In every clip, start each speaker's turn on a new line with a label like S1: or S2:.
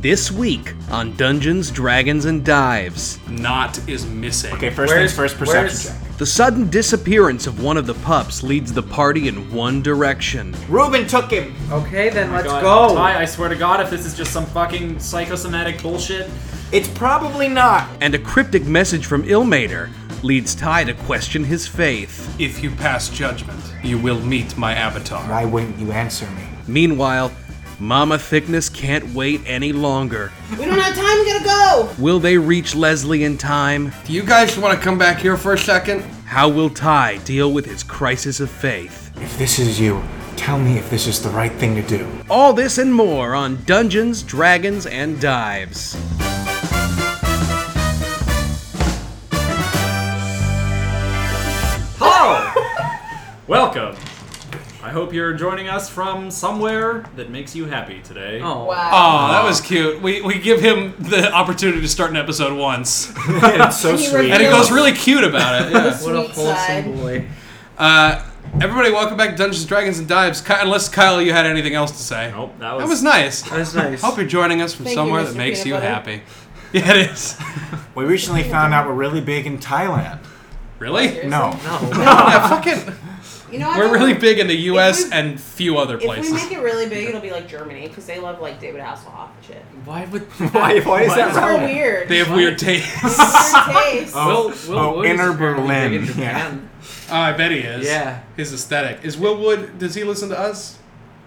S1: This week on Dungeons, Dragons, and Dives,
S2: Not is missing.
S3: Okay, first
S4: Where's-
S3: things first,
S4: where's-
S3: perception check.
S1: the sudden disappearance of one of the pups leads the party in one direction.
S3: Ruben took him.
S4: Okay, then let's
S2: God,
S4: go.
S2: Ty, I swear to God, if this is just some fucking psychosomatic bullshit.
S3: It's probably not.
S1: And a cryptic message from Ilmater leads Ty to question his faith.
S5: If you pass judgment, you will meet my avatar.
S3: Why wouldn't you answer me?
S1: Meanwhile, Mama Thickness can't wait any longer.
S6: We don't have time, we gotta go!
S1: Will they reach Leslie in time?
S7: Do you guys want to come back here for a second?
S1: How will Ty deal with his crisis of faith?
S3: If this is you, tell me if this is the right thing to do.
S1: All this and more on Dungeons, Dragons, and Dives.
S2: Welcome. I hope you're joining us from somewhere that makes you happy today.
S4: Oh.
S6: Wow.
S5: Oh, that was cute. We, we give him the opportunity to start an episode once,
S3: it's so
S6: And he
S3: sweet.
S5: and he
S6: Yeah.
S5: goes really cute about it. yeah.
S4: What a
S6: Sweet
S4: wholesome
S6: side.
S4: boy.
S5: Uh, everybody, welcome back to Dungeons, Dragons, and Dives. Ky- unless Kyle, you had anything else to say.
S2: Nope, that was.
S5: That was nice.
S4: That was nice.
S5: Hope you're joining us from
S6: Thank you,
S5: somewhere
S6: Mr.
S5: that makes
S6: Peanut
S5: you
S6: Butter.
S5: happy. Yeah, it is.
S3: We recently found out we're really big in Thailand.
S5: Really?
S3: No.
S4: No.
S5: yeah, fucking.
S6: You know, I
S5: We're
S6: think
S5: really
S6: if-
S5: big in the U.S.
S6: we-
S5: and few other
S6: If we
S5: places.
S6: make it really big, it'll be like Germany, because they love like David Hasselhoff and shit.
S2: Why would.
S3: Why, why is that
S6: It's so
S3: relevant?
S6: weird.
S5: They have weird tastes.
S6: weird taste.
S3: Oh,
S4: Will
S3: oh,
S4: Wood is
S3: inner
S4: apparently big in
S3: Berlin. Yeah.
S4: Japan.
S5: Oh, I bet he is.
S4: Yeah.
S5: His aesthetic. Is Will Wood, does he listen to us?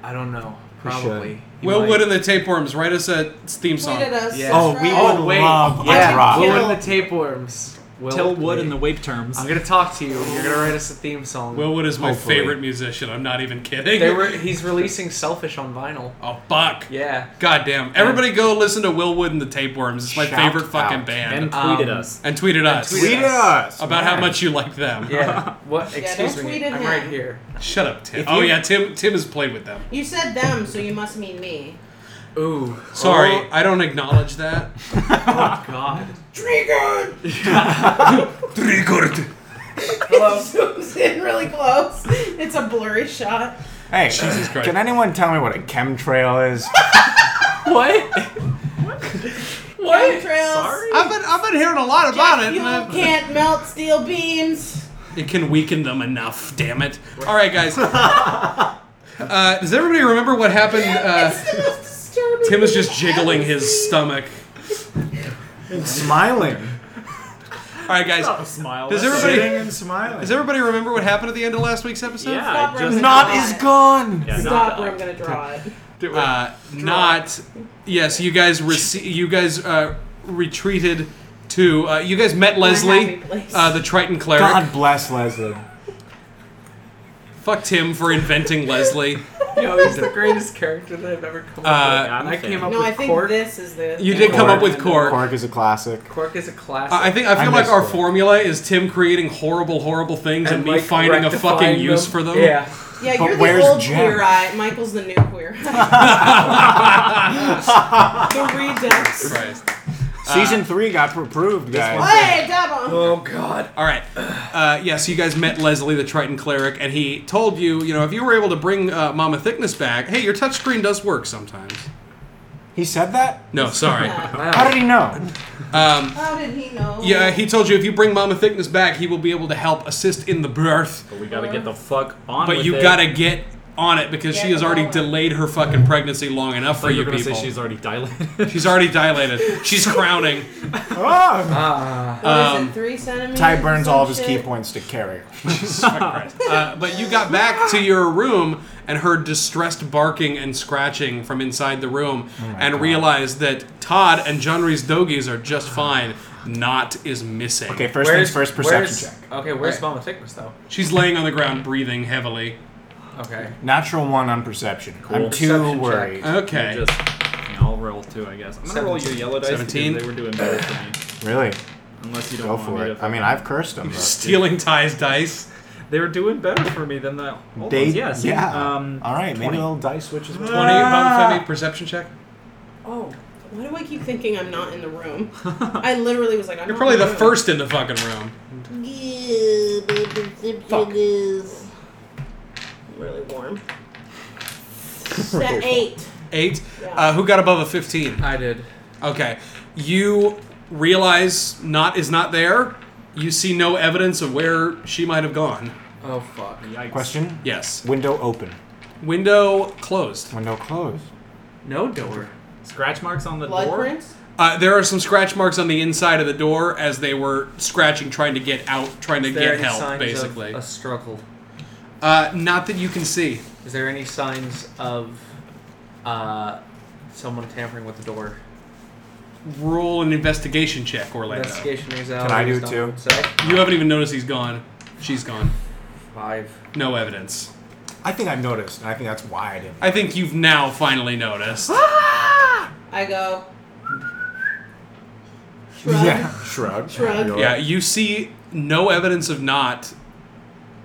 S4: I don't know.
S3: We should.
S4: Probably. He
S5: Will
S4: might.
S5: Wood and the Tapeworms, write us a theme song.
S6: Tweet at us.
S4: Yeah.
S6: that's
S3: Oh, we
S6: right.
S3: would
S4: Oh wait,
S3: love
S4: yeah.
S3: that rock.
S4: Will
S6: Kill.
S4: and the tapeworms. Will
S2: Till wood in the
S4: wait.
S2: wape terms.
S4: I'm gonna talk to you. You're gonna write us a theme song.
S5: Will Wood is my
S3: Hopefully.
S5: favorite musician. I'm not even kidding.
S4: They were. He's releasing Selfish on vinyl.
S5: oh fuck.
S4: Yeah.
S5: God damn. Everybody go listen to Will Wood and the Tapeworms. It's my
S3: Shout
S5: favorite fucking
S3: out.
S5: band.
S2: and
S5: And,
S4: Um,
S2: tweeted us.
S5: tweet at us.
S4: tweet
S3: Tweet us.
S5: about how
S3: Yeah.
S5: much you like them.
S4: Yeah. What?
S6: Yeah,
S4: Excuse
S6: don't
S4: me.
S6: tweet at
S4: I'm
S6: him.
S4: right here.
S5: Shut up, Tim.
S3: If
S5: Oh
S3: you-
S5: yeah, Tim Tim has played with them.
S6: You said them, so you must mean me.
S4: Ooh.
S5: Sorry, I don't acknowledge that.
S4: Oh God.
S6: Triggered! Hello. Zooms in really close. It's a blurry shot.
S3: Hey,
S5: Christ.
S3: can anyone tell me what a chemtrail is?
S4: What?
S6: What? Sorry.
S5: I've been I've been hearing a lot about it.
S6: You
S5: and I've-
S6: can't melt steel beams.
S5: It can weaken them enough. Damn it! All right, guys. uh, does everybody remember what happened? Uh,
S6: It's the most disturbing
S5: Tim is
S6: thing
S5: just
S6: I've ever
S5: jiggling his
S6: seen.
S5: stomach.
S3: smiling.
S5: All right, guys.
S2: A smile.
S5: Does
S2: That's
S5: everybody-
S2: it.
S3: and smiling.
S5: Does everybody remember what happened at the end of last week's episode?
S2: Yeah,
S6: Stop
S2: I
S6: where I'm gonna
S2: just.
S3: Not
S6: draw
S3: is
S6: it.
S3: gone.
S2: Yeah,
S6: Stop
S2: not
S6: where I'm gonna draw it.
S5: Uh, not. Yes, you guys rece- You guys uh, retreated to. Uh, you guys met
S6: happy
S5: Leslie,
S6: place.
S5: uh, the Triton cleric.
S3: God bless Leslie.
S5: Fuck Tim for inventing Leslie.
S4: Yo, he's the greatest character that I've ever come up
S5: Uh,
S4: with. And I came up
S6: No,
S4: with
S6: I think
S4: Cork.
S6: this is the.
S5: You did come up with Cork.
S3: Cork is a classic.
S4: Cork is a classic.
S5: I I think I
S3: I
S5: feel like
S3: missed
S5: our
S3: one.
S5: formula is Tim creating horrible, horrible things and, me
S4: like,
S5: finding a
S4: rectifying
S5: fucking
S4: them.
S5: use for them.
S4: Yeah.
S6: Yeah,
S3: But
S6: you're
S3: where's
S6: the old
S3: Jen?
S6: queer eye. Michael's the new queer eye. the redux.
S5: Christ. Uh,
S3: Season three got approved, guys.
S6: Hey, double.
S4: Oh God.
S5: All right. Uh, yeah, so you guys met Leslie, the Triton cleric, and he told you, you know, if you were able to bring uh, Mama Thickness back, hey, your touchscreen does work sometimes.
S3: He said that?
S5: No, sorry.
S3: How
S4: Wow.
S3: did he know?
S6: How did he know?
S5: Yeah, he told you if you bring Mama Thickness back, he will be able to help assist in the birth.
S2: But we gotta get the fuck on
S5: But
S2: with
S5: you
S2: it.
S5: gotta get on it because she
S6: Get
S5: has already
S6: going.
S5: delayed her fucking pregnancy long enough
S2: So
S5: for you
S2: you're gonna
S5: people.
S2: say
S5: she's...
S2: she's already dilated?
S5: already dilated. She's crowning.
S3: Oh.
S5: Uh,
S4: Ah.
S6: What is
S5: um,
S6: it, three centimeters.
S3: Ty
S6: or
S3: burns
S6: some
S3: all of his
S6: shit?
S3: key points to carry.
S5: Uh, but you got back to your room and heard distressed barking and scratching from inside the room and
S3: Oh God.
S5: realized that Todd and Junry's doggies are just fine. Not is missing.
S3: Okay, first things first, perception
S4: where's-
S3: check.
S4: Okay, where's
S5: Alright.
S4: Mama Thickness though?
S5: She's laying on the ground breathing heavily.
S4: Okay.
S3: Natural one on perception. I'm too
S4: Perception check.
S3: worried.
S5: Okay.
S2: Just, yeah, I'll roll two, I guess. I'm gonna roll your yellow dice
S5: Seventeen.
S2: because they were doing better for me.
S3: Really?
S2: Unless you don't
S3: Go
S2: want
S3: for
S2: me
S3: it.
S2: to.
S3: I mean, I've cursed him. but-
S5: Stealing Ty's dice.
S2: they were doing better for me than the old
S3: They,
S2: ones. Yeah. see?
S3: yeah.
S2: Um,
S3: All right, maybe
S2: 20.
S3: a little dice switch as
S5: 20
S3: well.
S5: Mama
S3: Ah.
S5: Femi perception check.
S6: Oh, why do I keep thinking I'm not in the room? I literally was like, I'm
S5: You're
S6: not
S5: probably
S6: in
S5: the
S6: room.
S5: first in the fucking room.
S6: Yeah, the perception is really warm. Set eight.
S5: Eight.
S6: Yeah.
S5: Uh, who got above a fifteen?
S4: I did.
S5: Okay. You realize Not is not there. You see no evidence of where she might have gone.
S4: Oh fuck.
S2: Yikes.
S3: Question?
S5: Yes.
S3: Window open.
S5: Window closed.
S3: Window closed.
S4: No door.
S2: Scratch marks on the
S6: Blood
S2: door.
S6: prints?
S5: Uh, there are some scratch marks on the inside of the door as they were scratching, trying to get out, trying to
S4: There
S5: get
S4: any signs
S5: help,
S4: of
S5: basically.
S4: a struggle.
S5: Uh, not that you can see.
S4: Is there any signs of uh, someone tampering with the door?
S5: Roll an investigation check, Orlando.
S4: Investigation is out.
S3: Can I do
S4: it's
S3: it
S4: not
S3: too?
S4: inside.
S5: You haven't even noticed he's gone. She's gone.
S4: Five.
S5: No evidence.
S3: I think I've noticed, and I think that's why I didn't.
S5: I think you've now finally noticed.
S6: I go. Shrug.
S3: Yeah. Shrug.
S6: Shrug.
S3: You're
S5: Yeah,
S3: right.
S5: you see no evidence of not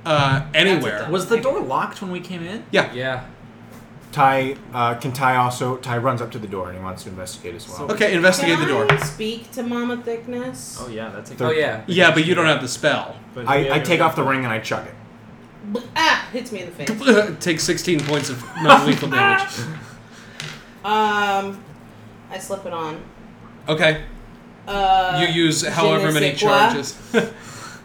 S5: uh, anywhere.
S6: That's a
S2: Was the door locked when we came in?
S5: yeah.
S4: Yeah.
S3: Ty uh, can Ty also Ty runs up to the door and he wants to investigate as well.
S2: So-
S5: Okay, investigate
S6: Can
S5: the door.
S6: I speak to Mama Thickness?
S2: Oh yeah, that's a
S4: Oh yeah.
S5: Yeah, but you don't have the spell.
S2: But
S3: I,
S2: yeah,
S3: I take off the ring and I chuck it.
S6: B- Ah! Hits me in the face.
S5: Take 16 points of non-lethal damage.
S6: Um, I slip it on.
S5: Okay.
S6: Uh,
S5: You use however
S6: je ne
S5: many
S6: sais quoi.
S5: charges.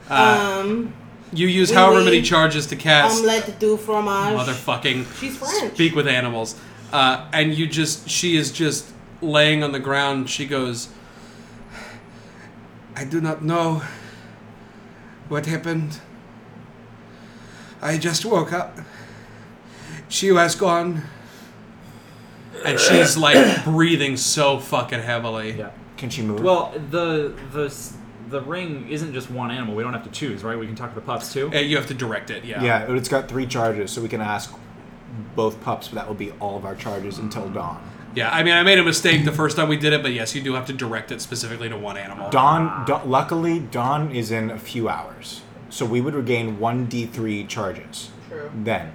S5: Uh,
S6: Um,
S5: You use
S6: Oui,
S5: however
S6: oui.
S5: many charges to cast.
S6: omelette du fromage.
S5: Motherfucking.
S6: She's French.
S5: Speak with animals. Uh, and you just, she is just laying on the ground. She goes,
S7: I do not know what happened. I just woke up. She was gone.
S5: and she's like breathing so fucking heavily.
S2: Yeah.
S3: Can she move?
S2: Well, the the s- the ring isn't just one animal. We don't have to choose, right? We can talk to the pups too.
S5: Uh, You have to direct it, yeah.
S3: yeah, but it's got three charges, so we can ask both pups, but that will be all of our charges until dawn.
S5: Yeah, I mean, I made a mistake the first time we did it, but yes, you do have to direct it specifically to one animal.
S3: Dawn, da- luckily, dawn is in a few hours, so we would regain one D3 charges.
S6: True.
S3: Then,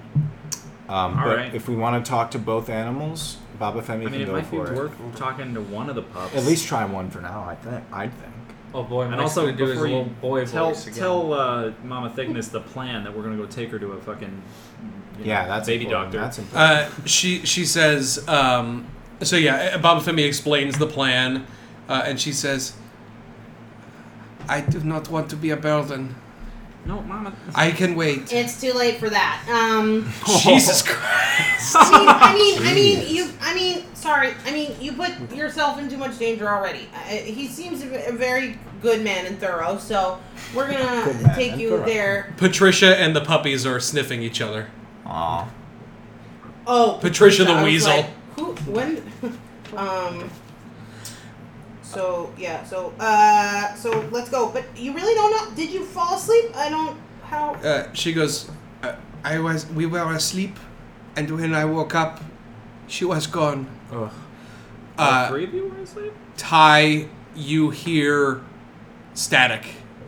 S3: um,
S2: All
S3: but
S2: right.
S3: if we want to talk to both animals, Baba Femi
S2: I mean,
S3: can
S2: it
S3: go
S2: might be
S3: for it.
S2: worth talking to one of the pups.
S3: At least try one for now. I think. I think.
S4: Oh boy.
S2: And
S4: Mike's
S2: also,
S4: gonna do his
S2: before
S4: little
S2: you
S4: boy
S2: tell
S4: voice again.
S2: tell uh, Mama Thickness the plan that we're gonna go take her to a fucking you know,
S3: Yeah, that's
S2: baby
S3: important.
S2: doctor.
S3: That's important.
S5: Uh, she she says, um, so yeah, Baba Femi explains the plan, uh, and she says,
S7: I do not want to be a burden.
S2: no, Mama.
S7: I can wait.
S6: It's too late for that. Um,
S5: Jesus Christ.
S6: I mean, I mean, I mean, you, I mean, sorry, I mean, you put yourself in too much danger already. I, he seems a v- a very good man and thorough, so we're
S3: Good man
S6: gonna take
S3: and
S6: you
S3: thorough.
S6: there.
S5: Patricia and the puppies are sniffing each other.
S3: Aw.
S6: Oh,
S5: Patricia the
S6: I was
S5: Weasel.
S6: like, who? When? um. So yeah, so uh, so let's go. But you really don't know? Did you fall asleep? I don't. How?
S7: Uh, she goes, uh, I was, we were asleep, and when I woke up, she was gone.
S3: Ugh.
S2: All
S5: Uh,
S2: three of you were asleep.
S5: Ty, you hear static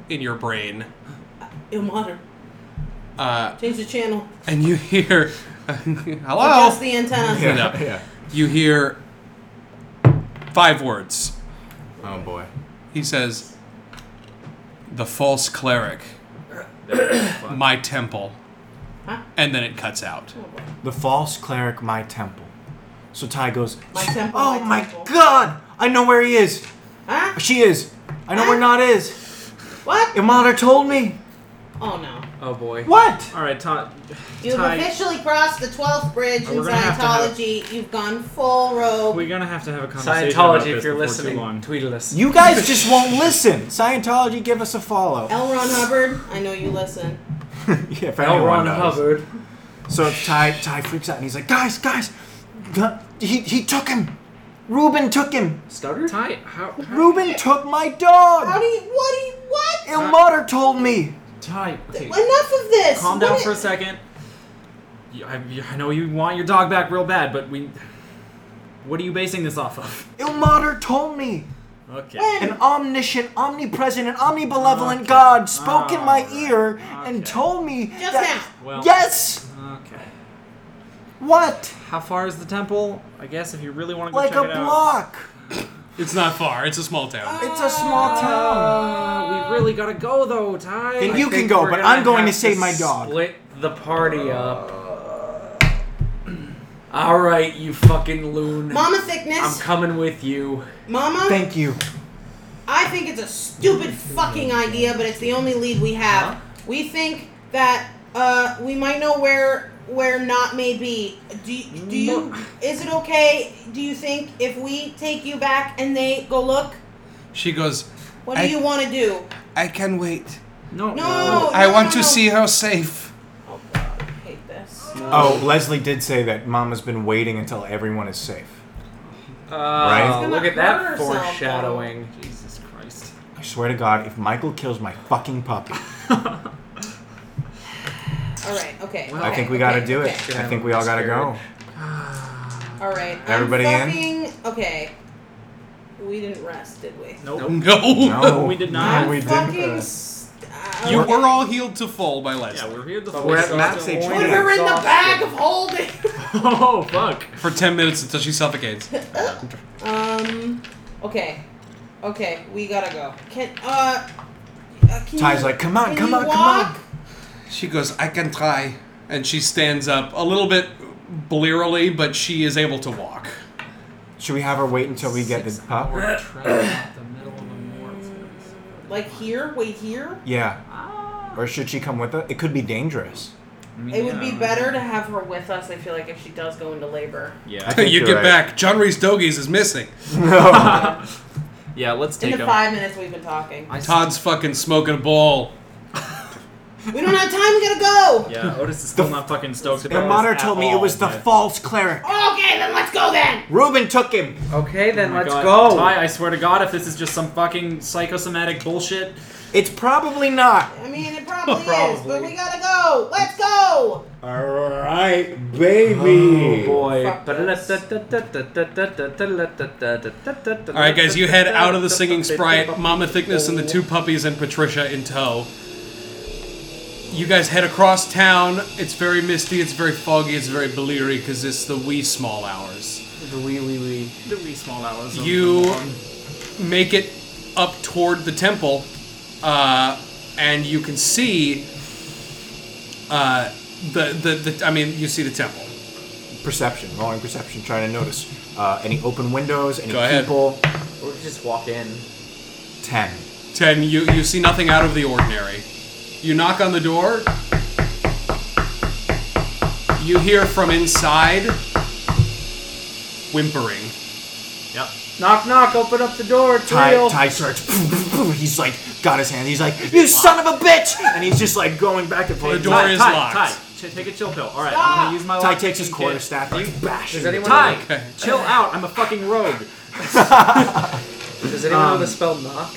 S5: in your brain,
S6: Ilmater,
S5: uh,
S6: change the channel.
S5: and you hear, hello,
S6: Adjust the antenna.
S5: Oh. Yeah.
S3: yeah.
S5: you hear five words.
S3: Oh boy.
S5: He says, "The false cleric,
S2: My-
S5: my temple,"
S6: Huh?
S5: and then it cuts out.
S3: The false cleric, my temple. So Ty goes.
S6: My temple,
S3: Oh
S6: my
S3: my
S6: temple."
S3: God! I know where he is.
S6: Huh?
S3: She is. I know where Not is.
S6: What?
S3: Imadar told me.
S6: Oh no.
S4: Oh boy.
S3: What?
S2: All right, Todd.
S6: You've
S2: Ty,
S6: officially crossed the 12th bridge
S2: Oh,
S6: in
S2: we're gonna have to have-
S6: Scientology. You've gone full rogue.
S2: We're gonna have to have a conversation about
S4: Scientology,
S2: this
S4: if you're
S2: before too
S4: listening,
S2: long.
S4: tweet at us.
S3: You guys just won't listen. Scientology, give us a follow.
S6: L. Ron Hubbard, I know you listen.
S3: yeah, if
S4: L.
S3: anyone
S4: Ron
S3: knows.
S4: Hubbard.
S3: So Ty Ty freaks out and he's like, guys, guys, gu- he he took him. Ruben took him.
S4: Stutter?
S2: Ty, how, how-
S3: Ruben took my dog.
S6: How do you? What do you? What?
S3: Ilmater told me.
S2: Ty, okay,
S6: Enough of this.
S2: calm
S6: What
S2: down
S6: i-
S2: for a second. You- I, you- I know you want your dog back real bad, but we. What are you basing this off of?
S3: Ilmater told me.
S2: Okay.
S6: When?
S3: An omniscient, omnipresent, and omnibenevolent
S2: Okay.
S3: God spoke in my
S2: Alright.
S3: ear
S2: Okay.
S3: and told me
S6: Just
S3: that.
S6: now.
S2: Well-
S3: yes.
S2: Okay.
S3: What?
S2: How far is the temple? I guess if you really want to go
S3: Like
S2: check
S3: a
S2: it
S3: block.
S5: It's not far. It's a small town.
S3: It's a small town.
S2: out. Uh, we really gotta go though, Ty.
S3: Then
S2: I-
S3: you
S4: I
S3: can
S4: think
S3: go,
S4: we're
S3: but
S4: gonna
S3: I'm going to
S4: have
S3: save my dog.
S4: Split the party up. All right, you fucking loon.
S6: Mama
S4: I'm
S6: thickness.
S4: coming with you.
S6: Mama,
S3: Thank you.
S6: I think it's a stupid fucking idea, but it's the only lead we have. We think that uh, we might know where where not may be. Do you, do you? Is it okay? Do you think if we take you back and they go look?
S7: She goes,
S6: What do
S7: I-
S6: you want to do?
S7: I can wait.
S2: No.
S6: No.
S7: I
S6: no,
S7: want
S6: no,
S7: to
S6: no.
S7: see her safe.
S6: Oh God, I hate this.
S3: Oh,
S4: Um,
S3: Leslie did say that Mama's been waiting until everyone is safe.
S4: Oh,
S3: Right.
S6: She's
S4: look
S6: gonna
S4: at that
S6: hurt herself, though.
S4: foreshadowing.
S2: Jesus Christ.
S3: I swear to God, if Michael kills my fucking puppy,
S6: All right. Okay.
S3: I
S6: okay,
S3: think we gotta
S6: okay,
S3: do it.
S6: okay.
S3: I think we all gotta go.
S6: All right. I'm
S3: Everybody in?
S6: fucking- Okay. We didn't rest, did we?
S2: Nope.
S5: No.
S3: No,
S2: We did not.
S3: No, we
S6: fucking.
S3: didn't. rest.
S6: s- uh,
S5: You
S6: okay.
S5: were all healed to full by Leslie
S2: Yeah, we're here to
S4: But
S2: full
S4: we're
S2: stop.
S4: at max
S3: Put
S6: Put her in the bag of holding.
S2: Oh, fuck.
S5: for ten minutes until she suffocates.
S6: um. Okay. Okay. We gotta go. Can uh. uh can
S3: Ty's
S6: you-
S3: like, come on,
S6: can
S3: come
S6: you
S3: on, come on.
S6: walk?
S5: She goes, I can try. And she stands up a little bit blearily, but she is able to walk.
S3: Should we have her wait until we get the pup?
S2: We're trapped in the middle of a forest.
S6: Like here? Wait here.
S3: Yeah.
S2: Ah.
S3: Or should she come with us? It could be dangerous.
S2: I mean,
S6: It would be
S2: yeah.
S6: better to have her with us. I feel like if she does go into labor.
S2: Yeah.
S3: think
S5: you
S3: you're
S5: get
S3: right.
S5: back. John Reese Dogies is missing.
S3: No.
S2: Yeah, let's
S6: In
S2: take
S6: the
S2: him.
S6: five minutes we've been talking,
S2: I
S5: Todd's fucking smoking a bowl.
S6: we don't have time. We gotta go.
S2: Yeah, Otis is still not fucking stoked about
S3: the
S2: this
S3: monitor
S2: at
S3: told me it
S2: all.
S3: was the
S2: Yeah.
S3: false cleric.
S6: Okay, then let's go then.
S3: Reuben took him.
S4: Okay, then
S2: Oh my
S4: let's
S2: God.
S4: go.
S2: Ty, I swear to God, if this is just some fucking psychosomatic bullshit.
S3: It's probably not.
S6: I mean, it probably, is, but
S4: Probably.
S6: we gotta go. Let's go.
S3: All right, baby.
S4: boy.
S6: Fuck this.
S5: All right, guys, you head out of the singing sprite, Mama Thickness and the two puppies and Patricia in tow. You guys head across town. It's very misty, it's very foggy, it's very bleary because it's the wee small hours.
S4: The wee wee wee.
S2: The wee small hours. of
S5: You-
S2: the morning.
S5: make it up toward the temple, uh, and you can see uh, the, the the. I mean, you see the temple.
S3: Perception, rolling perception, trying to notice uh, any open windows, any
S5: Go ahead.
S3: people.
S4: We'll just walk in.
S3: Ten.
S5: Ten. You you see nothing out of the ordinary. You knock on the door. You hear from inside whimpering.
S2: Yep.
S4: Knock knock. Open up the door. It's
S3: Ty,
S4: real.
S3: Ty starts. He's like, got his hand. He's like, you son of a bitch! And he's just like going back and forth.
S5: The door
S2: Ty,
S5: is
S2: Ty,
S5: locked.
S2: Ty, ch- take a chill pill. All right, I'm gonna use my.
S3: Ty
S2: lock
S3: takes his
S2: picking
S3: quarter
S2: kit.
S3: staff and bashes.
S4: Does anyone
S2: Ty,
S4: Know,
S5: Okay.
S2: chill out. I'm a fucking rogue.
S4: does anyone know the spell knock?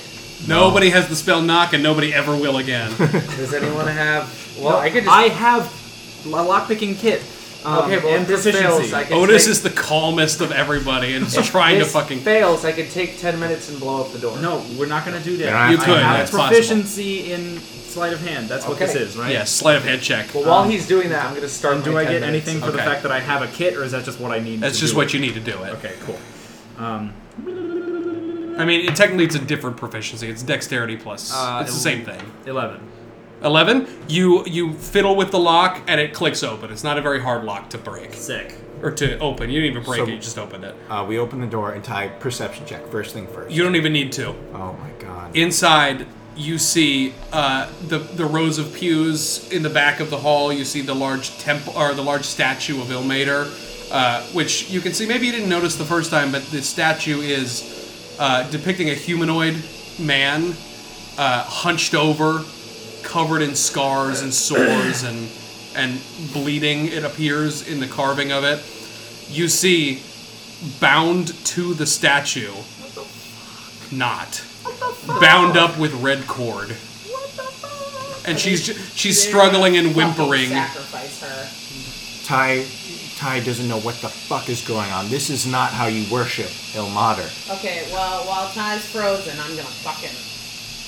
S5: Nobody has the spell knock, and nobody ever will again.
S4: Does anyone have? Well, I could just.
S2: I have a lockpicking kit. Um,
S4: okay, well,
S2: and
S4: if this
S2: proficiency.
S4: fails, I can
S5: Otis
S4: take,
S5: is the calmest of everybody, and is trying to
S4: this
S5: fucking
S4: fails. I could take ten minutes and blow up the door.
S2: No, we're not gonna do
S3: Yeah,
S2: that.
S5: You
S3: I- I
S5: could.
S2: have
S5: That's possible.
S2: proficiency in sleight of hand. That's what
S4: Okay.
S2: this is, right?
S5: Yeah, sleight of hand check.
S4: But while he's doing that, I'm gonna start.
S2: And do
S4: my
S2: I
S4: 10
S2: get
S4: minutes.
S2: anything for the
S5: Okay.
S2: fact that I have a kit, or is that just what I need?
S5: That's
S2: to
S5: just
S2: do
S5: what
S2: it?
S5: you need to do it.
S2: Okay, cool.
S5: I mean, it, technically, it's a different proficiency. It's dexterity plus.
S2: Uh,
S5: it's the same thing.
S2: Eleven.
S5: Eleven. You you fiddle with the lock and it clicks open. It's not a very hard lock to break
S2: Sick.
S5: or to open. You didn't even break
S3: So-
S5: it. You just opened it.
S3: Uh, we open the door and Ty perception check first thing first.
S5: You don't even need to.
S3: oh my god.
S5: Inside, you see uh, the the rows of pews in the back of the hall. You see the large temple or the large statue of Ilmater, uh, which you can see. Maybe you didn't notice the first time, but the statue is uh, depicting a humanoid man, uh, hunched over, covered in scars and sores and and bleeding. It appears in the carving of it. You see, bound to the statue, not bound up with red cord,
S6: What the fuck?
S5: and
S6: Okay.
S5: she's ju- she's struggling and whimpering.
S6: Sacrifice her.
S3: Ty, Ty doesn't know what the fuck is going on. This is not how you worship Il Mater.
S6: Okay, well, while Ty's frozen, I'm gonna fucking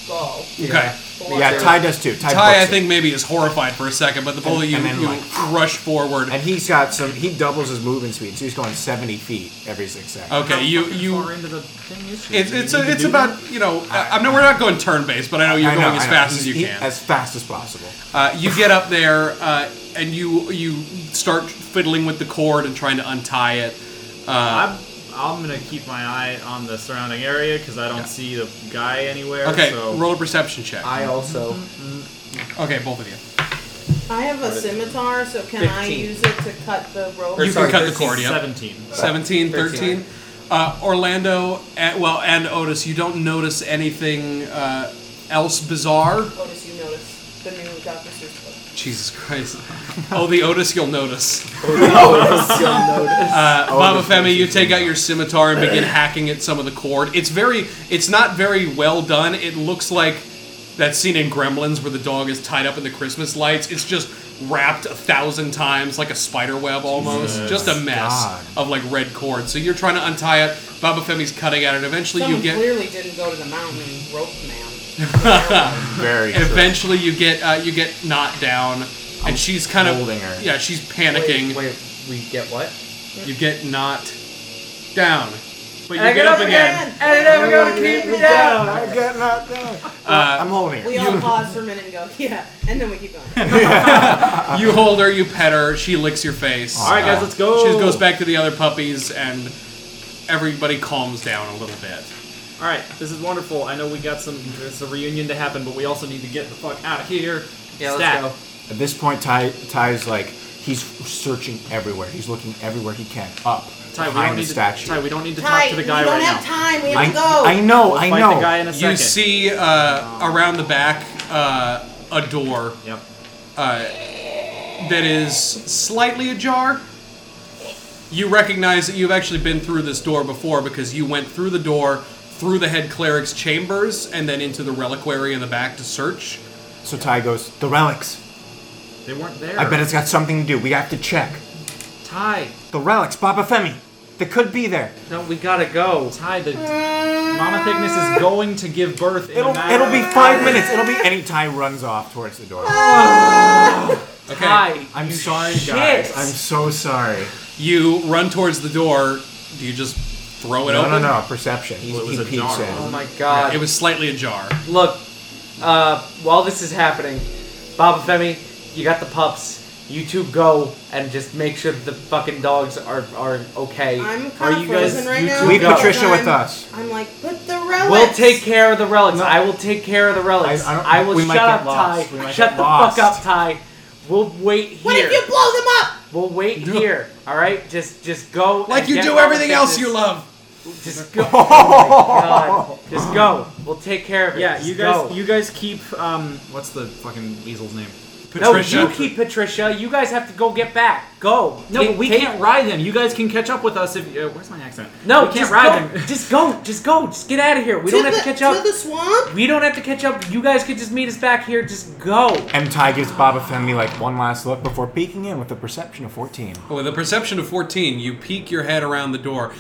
S6: go.
S5: Okay,
S6: Boy,
S3: Yeah, Ty does too. Ty, books
S5: Ty, I
S3: it.
S5: think maybe is horrified for a second, but the both of you,
S3: and then,
S5: you
S3: like-
S5: rush forward.
S3: And he's got some. He doubles his movement speed, so he's going 70 feet every six seconds.
S5: Okay, you you.
S2: Far into the thing is she?
S5: It's
S2: Do we
S5: it's
S2: need to
S5: it's
S2: do
S5: about you know I, I'm no we're not going turn based, but I know you're
S3: I know,
S5: going
S3: I
S5: as
S3: know.
S5: fast
S3: He's-
S5: as you
S3: he-
S5: can.
S3: As fast as possible.
S5: Uh, you get up there uh, and you you start fiddling with the cord and trying to untie it. Uh,
S2: I'm, I'm gonna keep my eye on the surrounding area because I don't see the guy anywhere.
S5: okay,
S2: so
S5: roll a perception check.
S4: I also.
S5: okay, both of you.
S6: I have a scimitar, so can I
S4: 15.
S6: use it to cut the rope?
S5: Or you
S4: sorry,
S5: can cut the
S4: 13,
S5: cord, yeah.
S2: seventeen.
S5: 17,
S4: 13.
S5: 13. Uh, Orlando, and, well, and Otis, you don't notice anything uh, else bizarre.
S6: Otis, Oh, you notice the new Dr. Seuss book.
S5: Jesus Christ. oh, the Otis you'll notice.
S4: You'll notice.
S5: Uh, Baba Femi, you take out your scimitar and begin hacking at some of the cord. It's very, it's not very well done. It looks like that scene in Gremlins where the dog is tied up in the Christmas lights. It's just wrapped a thousand times like a spider web almost. just a mess
S3: God.
S5: of like red cord. So you're trying to untie it. Baba Femi's cutting at it. Eventually
S6: Someone
S5: you get.
S6: clearly didn't go to the mountain and rope man.
S3: Very
S5: And
S3: true.
S5: eventually you get uh, you get knocked down, and she's kind of
S3: holding her.
S5: yeah she's panicking.
S4: Wait, wait, we get what?
S5: You get knocked down, but you
S4: I
S5: get, up again.
S4: And never gonna keep me down.
S3: I got knocked down.
S5: Uh,
S3: I'm holding
S6: We
S3: her.
S6: all pause for a minute and go, yeah, and then we keep going.
S5: You hold her, you pet her, she licks your face.
S2: All right, guys, let's go.
S5: She goes back to the other puppies, and everybody calms down a little bit.
S2: All right, this is wonderful. I know we got some. There's a reunion to happen, but we also need to get the fuck out of here.
S4: Yeah, let's
S2: Stat.
S4: go.
S3: At this point, Ty Ty's like he's searching everywhere. He's looking everywhere he can. Up
S2: Ty,
S3: behind
S2: we don't
S3: the
S2: need to.
S3: statue.
S2: Ty, we don't need to
S6: Ty,
S2: talk to the
S6: we
S2: guy
S6: don't
S2: right
S6: have
S2: now.
S6: time. We have
S3: I,
S6: to go.
S3: I know. I
S2: Fight
S3: know.
S2: the guy in a second.
S5: You see uh, around the back uh, a door
S2: Yep.
S5: that is slightly ajar. You recognize that you've actually been through this door before because you went through the door, through the head cleric's chambers, and then into the reliquary in the back to search.
S3: so Ty goes. The relics.
S2: They weren't there.
S3: I bet it's got something to do. We have to check.
S2: Ty.
S3: The relics, Baba Femi. They could be there.
S4: No, we gotta go.
S2: Ty, the Mama Thickness is going to give birth in
S3: It'll
S2: a matter
S3: it'll be
S2: of
S3: five minutes. It'll be any Ty runs off towards the door.
S5: Okay.
S4: Hi.
S3: I'm sorry,
S4: shit.
S3: guys. I'm so sorry.
S5: You run towards the door. Do you just throw it
S3: No,
S5: open?
S3: no, no. Perception. He,
S2: Well, it
S3: he
S2: was a
S3: peeks
S2: jar.
S4: Oh
S3: in.
S4: my god.
S5: It was slightly ajar.
S4: Look, uh, while this is happening, Baba Femi, you got the pups. You two go and just make sure that the fucking dogs are are okay.
S6: I'm
S4: are
S6: kind of
S4: you guys?
S6: frozen right
S4: you
S6: now.
S4: two
S3: Leave
S4: go.
S3: Patricia
S6: I'm-
S3: with us.
S6: I'm like, put the relics.
S4: We'll take care of the relics. I will take care of the relics.
S3: I- I
S4: I,
S3: don't-
S4: will
S3: we might
S4: shut
S3: get
S4: up,
S3: lost. We
S4: Ty.
S3: might
S4: Shut
S3: get
S4: the
S3: lost.
S4: fuck up, Ty. We'll wait here.
S6: What if you blow them up?
S4: We'll wait here. All right, just just go.
S5: Like
S4: and
S5: you
S4: get
S5: do
S4: Baba
S5: everything else
S4: Femi's-
S5: you love.
S4: Just go. Oh my God. Just go. We'll take care of it.
S2: Yeah,
S4: Just
S2: you guys,
S4: go.
S2: you guys keep um, what's the fucking weasel's name?
S4: No, you keep Patricia. You guys have to go get back. Go.
S2: No,
S4: Take-
S2: but we
S4: take-
S2: can't ride them. You guys can catch up with us if. Uh, where's my accent?
S4: No,
S2: we can't
S4: just
S2: ride
S4: go.
S2: them.
S4: Just go. Just go. Just get out of here. We
S6: to
S4: don't have
S6: the,
S4: to catch up.
S6: to the swamp.
S4: we don't have to catch up. You guys could just meet us back here. Just go.
S3: And Ty gives Baba Femi like one last look before peeking in with a perception of 14.
S5: With a perception of 14, you peek your head around the door.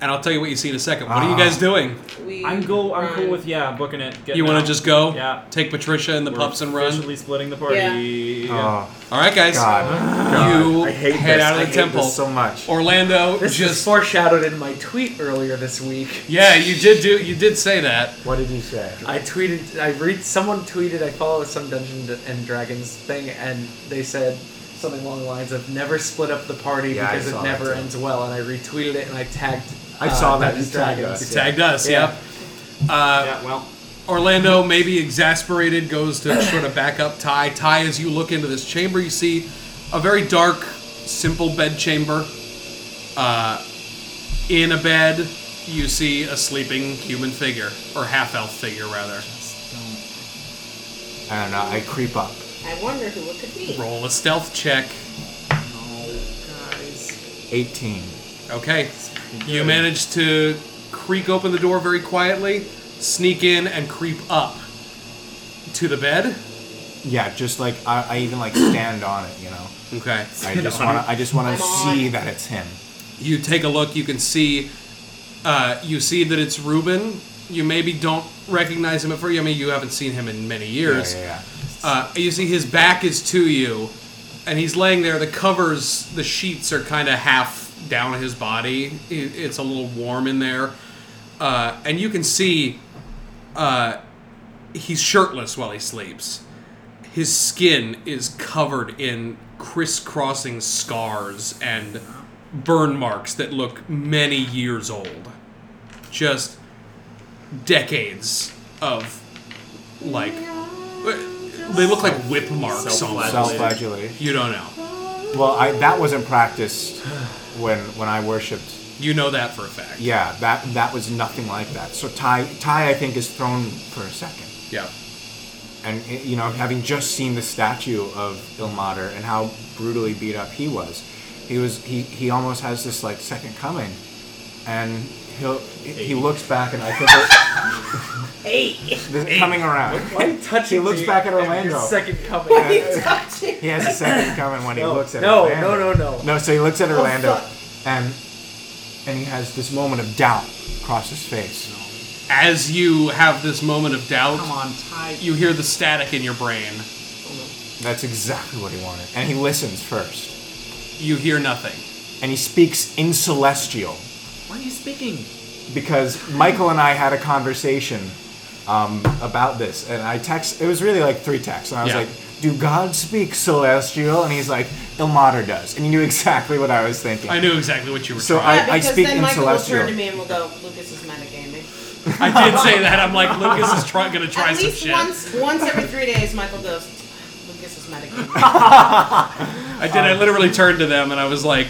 S5: And I'll tell you what you see in a second. What are
S3: Uh-huh.
S5: you guys doing?
S6: We
S2: I'm cool. I'm cool
S6: run.
S2: with yeah, booking it. Get
S5: You want
S2: now.
S5: to just go?
S2: Yeah.
S5: Take Patricia and the
S2: We're
S5: pups and run?
S2: Officially splitting the party.
S3: Oh,
S5: All right, guys.
S3: God.
S5: You
S3: I hate
S5: head
S3: this.
S5: out of the
S3: I hate
S5: temple.
S3: this so much.
S5: Orlando
S4: This
S5: just
S4: is foreshadowed in my tweet earlier this week.
S5: yeah, you did do you did say that.
S3: What did he say?
S4: I tweeted. I read. Someone tweeted. I follow some Dungeons and Dragons thing, and they said something along the lines of "Never split up the party
S3: Yeah, I
S4: because
S3: saw
S4: it
S3: that
S4: never
S3: too.
S4: ends well." And I retweeted it and I tagged.
S3: I
S4: uh,
S3: saw that.
S4: Dungeons
S3: You tagged
S4: Dragons.
S3: us.
S5: You tagged us.
S4: Yeah.
S5: Yep. Uh,
S2: Yeah. Well.
S5: Orlando, maybe exasperated, goes to sort of back up Ty. Ty, as you look into this chamber, you see a very dark, simple bed chamber. Uh, in a bed, you see a sleeping human figure, or half elf figure, rather.
S3: I don't know. I creep up.
S6: I wonder who it could be.
S5: Roll a stealth check.
S3: 18.
S5: Okay. You manage to creak open the door very quietly, sneak in, and creep up to the bed.
S3: Yeah, just like I, I even like stand on it, you know.
S5: Okay.
S3: I just wanna I just wanna
S6: I'm on.
S3: see that it's him.
S5: you take a look you can see uh, you see that it's Ruben you maybe don't recognize him at first I mean you haven't seen him in many
S3: Yeah,
S5: years
S3: yeah, yeah.
S5: Uh, you see his back is to you and he's laying there the covers the sheets are kind of half down his body I- it's a little warm in there uh, and you can see uh, he's shirtless while he sleeps his skin is covered in crisscrossing scars and burn marks that look many years old. Just decades of like they look like whip marks almost.
S3: Self-flagellation.
S5: You don't know.
S3: Well, I, that wasn't practiced when when I worshipped.
S5: You know that for a fact.
S3: Yeah, that that was nothing like that. So Ty Ty I think is thrown for a second,
S5: Yeah.
S3: and eh, you know, having just seen the statue of Ilmater and how brutally beat up he was, he was he he almost has this like second coming, and he'll he looks back and I think it-
S6: Hey,
S3: this is coming around.
S4: Why are you touching
S3: He looks
S4: me
S3: back at
S4: your
S3: Orlando.
S4: second coming.
S6: he's touching.
S3: He has a second coming when he
S4: No,
S3: looks at
S4: no,
S3: Orlando.
S4: no, no, Oh, no.
S3: No, so he looks at Orlando,
S6: fuck.
S3: and and he has this moment of doubt across his face.
S5: As you have this moment of doubt,
S8: Come on, Ty.
S5: you hear the static in your brain.
S3: That's exactly what he wanted, and he listens first.
S5: You hear nothing.
S3: and he speaks in celestial
S2: Why are you speaking?
S3: because Michael and I had a conversation um, about this, and I text. It was really like three texts, and I was
S5: Yeah.
S3: like, "Do God speak celestial?" And he's like, "Ilmater does," and he knew exactly what I was thinking.
S5: I knew exactly what you were
S3: So
S5: trying.
S3: I-
S6: because
S3: speak
S6: then
S3: in
S6: Michael
S3: celestial.
S6: will turn to me and will go, Lucas is metagaming.
S5: I, did say that. I'm like, Lucas is try, gonna try
S6: At
S5: some
S6: least
S5: shit.
S6: once, once every three days, Michael goes, Lucas is metagaming.
S5: I did. I literally turned to them and I was like,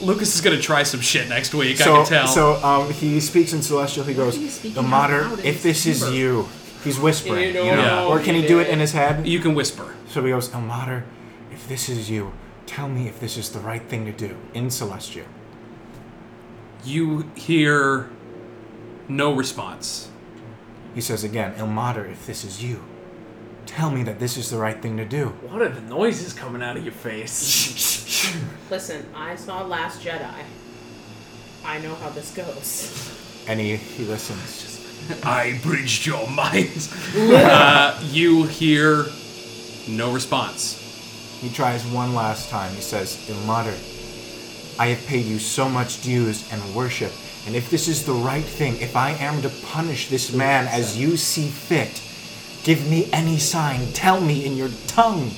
S5: Lucas is gonna try some shit next week. I
S3: so
S5: can tell.
S3: so um, he speaks in celestial. He goes,
S8: are you speaking out
S3: "Ilmater,
S8: loud in
S3: if this is
S8: Hebrew?"
S3: you." He's whispering, you know,
S5: Yeah.
S3: or can he do it in his head?
S5: you can whisper.
S3: So he goes, Elmater, if this is you, tell me if this is the right thing to do in Celestial.
S5: You hear no response.
S3: He says again, Ilmater, if this is you, tell me that this is the right thing to do.
S4: What are the noises coming out of your face?
S6: Listen, I saw Last Jedi. I know how this goes.
S3: And he, he listens.
S5: I bridged your mind. uh, you hear no response.
S3: He tries one last time. He says, Ilmater, I have paid you so much dues and worship, and if this is the right thing, if I am to punish this man as you see fit, give me any sign, tell me in your tongue.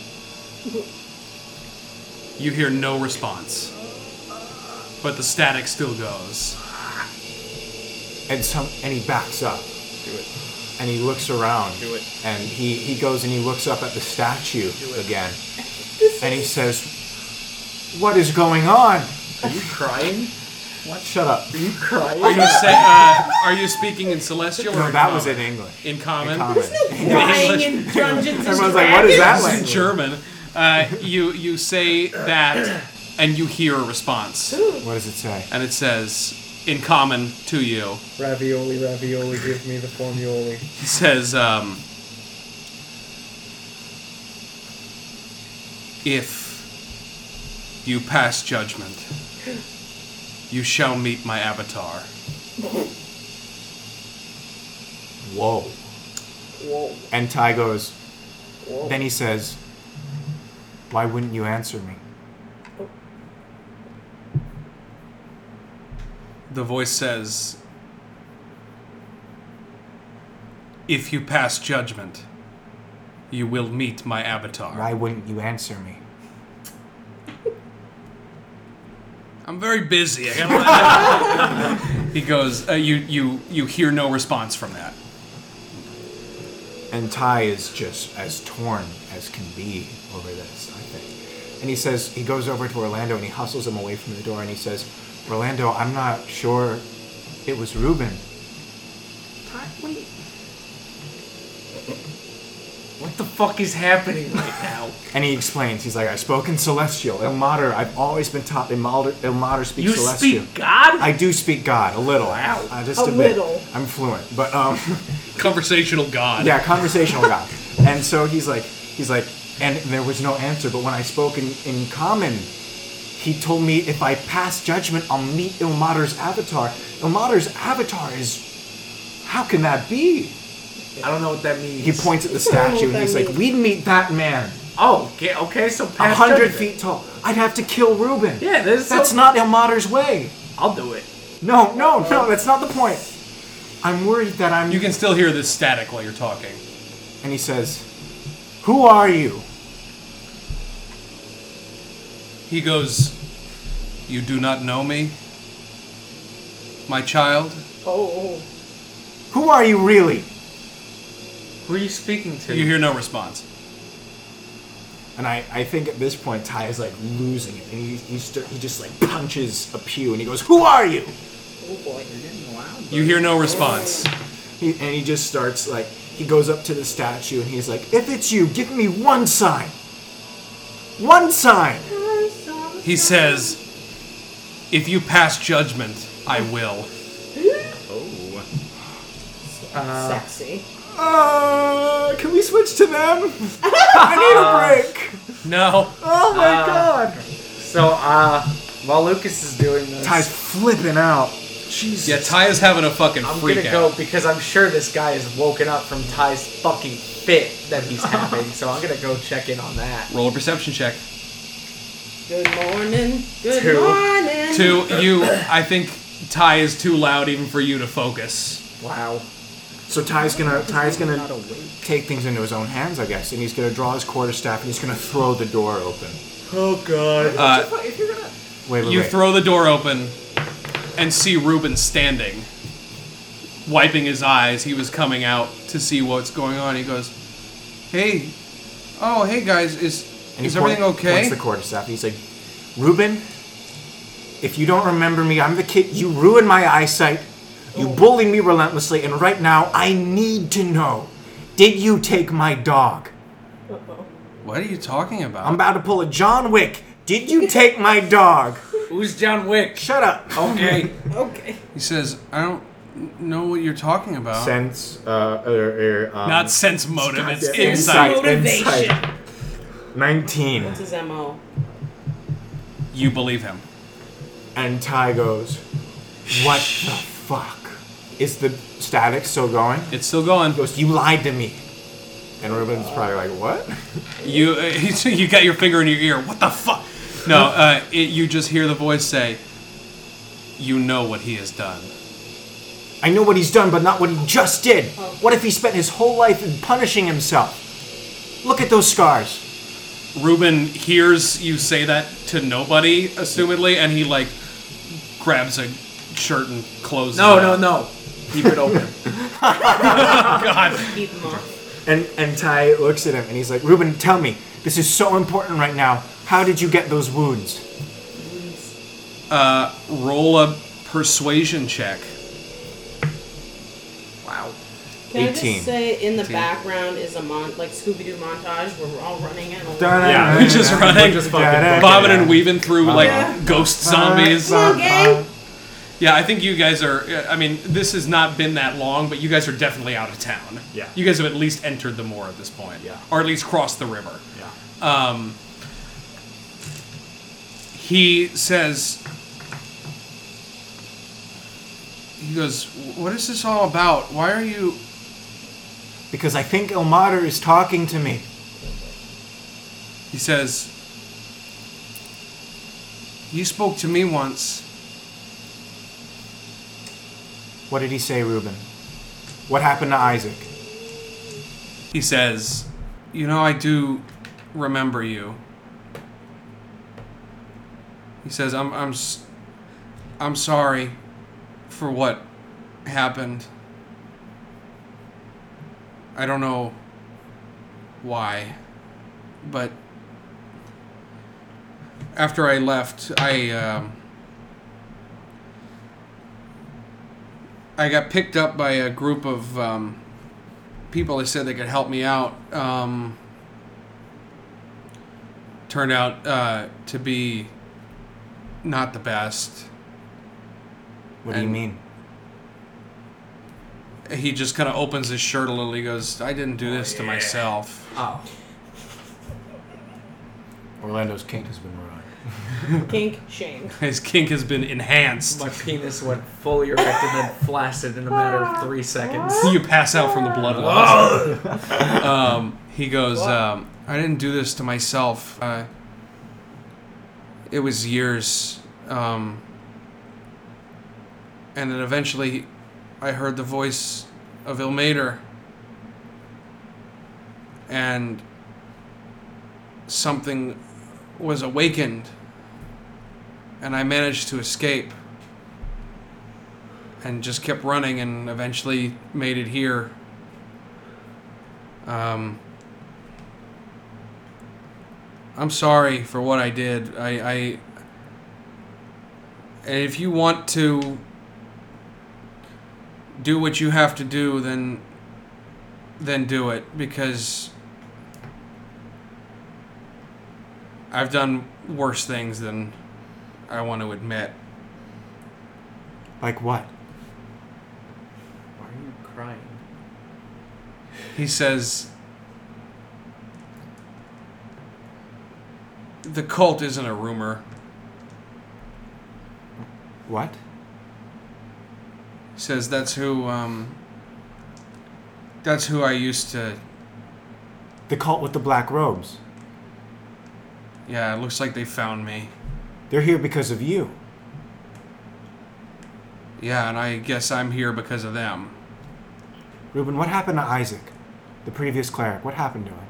S5: You hear no response. But the static still goes.
S3: and some and he backs up. Do it. And he looks around. Do it. And he he goes and he looks up at the statue again. and he says, "What is going on?"
S4: Are you crying?
S3: Shut up.
S4: Are you crying?
S5: Are you, say, uh, are you speaking in celestial or
S3: No,
S5: in
S3: that
S5: common?
S3: was in English.
S5: in common?
S3: Comment.
S6: Crying in Dungeons and
S3: Everyone's like, "What is that
S5: in
S3: language?"
S5: German. Uh, you you say that, and you hear a response,
S3: What does it say?
S5: and it says in common to you.
S4: Ravioli, ravioli, give me the formioli.
S5: It says, um, if you pass judgment, you shall meet my avatar.
S3: Whoa. And Ty goes. Then he says, "Why wouldn't you answer me?"
S5: The voice says, if you pass judgment, you will meet my avatar.
S3: Why wouldn't you answer me?
S5: I'm very busy. I gotta he goes. Uh, you you you hear no response from that.
S3: And Ty is just as torn as can be over this, I think. And he says, he goes over to Orlando and he hustles him away from the door and he says, Orlando, I'm not sure it was Ruben.
S4: Ty, what are you- What the fuck is happening right now?
S3: And he explains, he's like, I spoke in Celestial. Ilmater, I've always been taught Ilmater, Ilmater speaks
S4: You
S3: Celestial.
S4: speak God?
S3: I do speak God, a little.
S4: Wow.
S3: Uh, just
S6: A
S3: a, bit.
S6: little.
S3: I'm fluent. But, um,
S5: Conversational god.
S3: yeah, conversational God. And so he's like, he's like, and there was no answer. But when I spoke in, in common, he told me if I pass judgment, I'll meet Ilmater's avatar. Ilmater's avatar is, how can that be?
S4: I don't know what that means.
S3: He points at the statue and he's like, we'd meet that man,
S4: Oh, okay, okay so
S3: a
S4: pass
S3: hundred
S4: judgment.
S3: feet tall. I'd have to kill Reuben.
S4: Yeah, there's
S3: that's
S4: so-
S3: not Ilmater's way.
S4: I'll do it.
S3: No, no, no, that's not the point. I'm worried that I'm.
S5: You can still hear this static while you're talking.
S3: and he says, "Who are you?"
S5: He goes, You do not know me, my child?
S4: Oh.
S3: Who are you really?
S4: Who are you speaking to?
S5: You hear no response.
S3: And I, I think at this point, Ty is like losing it, and he he, st- he just like punches a pew, and he goes, "Who are you?"
S6: Oh boy, you're getting loud.
S5: You hear no response.
S3: He, and he just starts like he goes up to the statue, and he's like, "If it's you, give me one sign, one sign."
S5: He says, If you pass judgment, I will.
S2: Oh.
S6: Sexy.
S3: Uh, can we switch to them?
S5: Uh,
S3: I need a break.
S5: No.
S3: Oh my
S5: uh,
S3: god!
S4: So, uh, while Lucas is doing this,
S3: Ty's flipping out. Jesus.
S5: Yeah, Ty is having a fucking
S4: I'm
S5: freak
S4: gonna
S5: out.
S4: go because I'm sure this guy is woken up from Ty's fucking fit that he's having. so I'm gonna go check in on that.
S5: Roll a perception check.
S6: Good morning. Good
S4: Two.
S6: morning.
S5: Two, you, I think Ty is too loud even for you to focus.
S4: Wow.
S3: So Ty's gonna Ty's gonna take things into his own hands, I guess, and he's gonna draw his quarterstaff and he's gonna throw the door open.
S4: Oh god.
S5: Uh,
S3: Wait, wait,
S5: You
S3: wait.
S5: throw the door open and see Ruben standing, wiping his eyes. He was coming out to see what's going on. He goes, "Hey, oh hey guys, is
S3: And he
S5: is everything
S3: point-
S5: okay?"
S3: Points the quarterstaff. He's like, Ruben, if you don't remember me, I'm the kid. You ruined my eyesight. You
S5: Oh.
S3: bully me relentlessly, and right now I need to know: Did you take my dog?
S5: what are you talking about?
S3: I'm about to pull a John Wick. Did you take my dog?
S4: Who's John Wick?
S3: Shut up.
S5: okay.
S6: Okay.
S5: he says, "I don't n- know what you're talking about."
S3: Sense, uh, or, or, um,
S5: Not sense motive. It's
S3: Goddamn
S5: insight.
S6: Motivation.
S3: insight. Nineteen.
S6: This is MO.
S5: You believe him.
S3: And Ty goes, "What the fuck? Is the static still going?"
S5: It's still going.
S3: He goes, "You lied to me." And Ruben's probably like, "What?"
S5: You uh, you got your finger in your ear. What the fuck? No, uh, it, you just hear the voice say, "You know what he has done."
S3: I know what he's done, but not what he just did. What if he spent his whole life in punishing himself? Look at those scars.
S5: Ruben hears you say that to nobody, assumedly, and he like grabs a shirt and closes.
S4: No,
S5: it
S4: no,
S5: up.
S4: no. Keep it open.
S5: God,
S6: Keep them off.
S3: And and Ty looks at him and he's like, "Ruben, tell me, this is so important right now. How did you get those wounds?"
S5: roll a persuasion check.
S4: wow.
S6: Can I
S3: 18.
S6: just say, in the background is a mon like Scooby Doo montage where we're all running and
S2: Yeah,
S5: He's just running,
S2: Just fucking.
S5: bobbing and weaving through like ghost zombies.
S6: Come on, gang.
S5: Yeah, I think you guys are. I mean, this has not been that long, but you guys are definitely out of town.
S2: Yeah.
S5: you guys have at least entered the moor at this point.
S2: Yeah.
S5: or at least crossed the river. Um,
S2: Yeah.
S5: he says he goes what is this all about why are you
S3: Because I think Elmater is talking to me.
S5: he says you spoke to me once
S3: What did he say, Reuben? What happened to Isaac?
S5: he says you know i do remember you he says i'm i'm s- i'm sorry for what happened i don't know why but after I left, I um, I got picked up by a group of um, people. They said they could help me out. Um, turned out uh, to be not the best.
S3: What do you
S5: And-
S3: mean?
S5: He just kind of opens his shirt a little. He goes, "I didn't do this to myself."
S4: Oh.
S3: Orlando's kink has been ruined.
S6: Kink shame.
S5: His kink has been enhanced.
S4: My penis went fully erect and then flaccid in a matter of three seconds.
S5: you pass out from the blood loss. um, he goes, um, I didn't do this to myself. Uh, it was years. Um, and then eventually I heard the voice of Ilmater. And something was awakened and I managed to escape. And just kept running and eventually made it here. Um, I'm sorry for what I did. I, I. And if you want to do what you have to do, then. Then do it because. I've done worse things than I want to admit.
S3: Like what?
S4: Why are you crying?
S5: He says the cult isn't a rumor.
S3: What?
S5: He says that's who um that's who I used to
S3: The cult with the black robes.
S5: yeah, it looks like they found me.
S3: They're here because of you.
S5: Yeah, and I guess I'm here because of them.
S3: Reuben, what happened to Isaac, the previous cleric? What happened to him?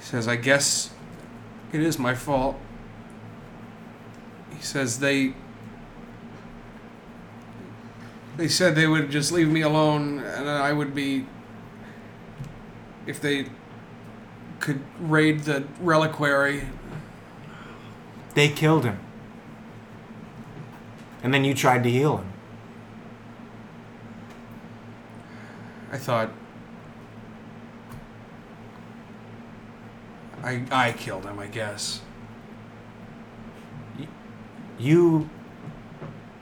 S5: He says, I guess it is my fault. He says, they. They said they would just leave me alone and I would be. If they could raid the reliquary.
S3: They killed him. And then you tried to heal him.
S5: I thought. I, I killed him, I guess.
S3: You.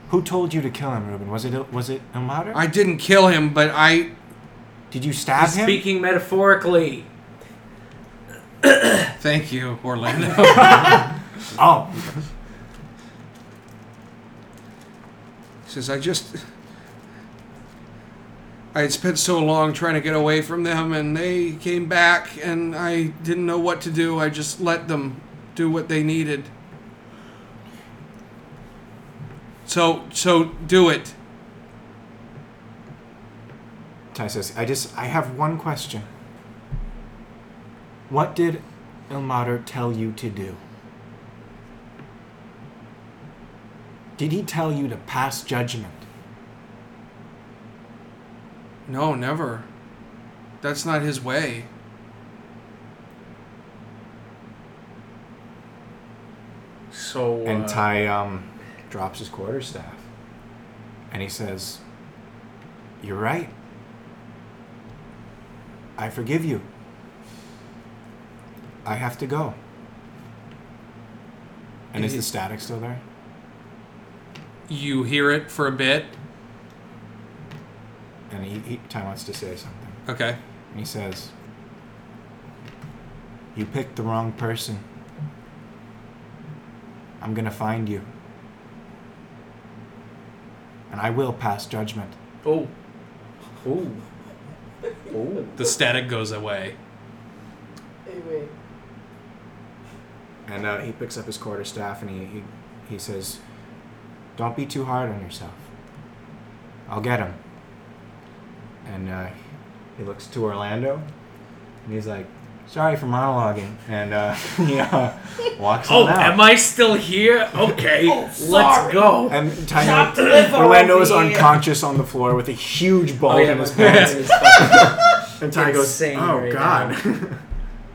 S3: Who told you to kill him, Reuben? Was it was it Ilmater?
S5: I didn't kill him, but I.
S3: Did you stab him?
S4: Speaking metaphorically.
S5: Thank you, Orlando.
S3: Oh,
S5: He says, I just. I had spent so long trying to get away from them, and they came back, and I didn't know what to do. I just let them do what they needed. So, so do it.
S3: Ty says. I just I have one question. What did Ilmater tell you to do? Did he tell you to pass judgment?
S5: No, never. That's not his way.
S4: So.
S3: And
S4: uh,
S3: Ty um, drops his quarterstaff. And he says, You're right. I forgive you. I have to go. And is the static still there?
S5: You hear it for a bit.
S3: And he, he, Ty wants to say something.
S5: Okay.
S3: And he says, You picked the wrong person. I'm going to find you. And I will pass judgment.
S4: Oh. Oh. Oh.
S5: The static goes away.
S6: Anyway.
S3: And uh, he picks up his quarterstaff and he, he, he says, Don't be too hard on yourself. I'll get him. And uh, he looks to Orlando and he's like, Sorry for monologuing. And uh, he uh, walks
S4: Oh,
S3: on out.
S4: am I still here? Okay,
S6: Oh,
S4: let's
S6: sorry.
S4: go.
S3: and
S6: Chopped
S3: Tiny,
S6: liver
S3: Orlando
S6: over
S3: is
S6: here.
S3: unconscious on the floor with a
S4: Oh,
S3: huge bulge in his pants. And Tiny goes,
S4: insane
S3: Oh,
S4: right
S3: God.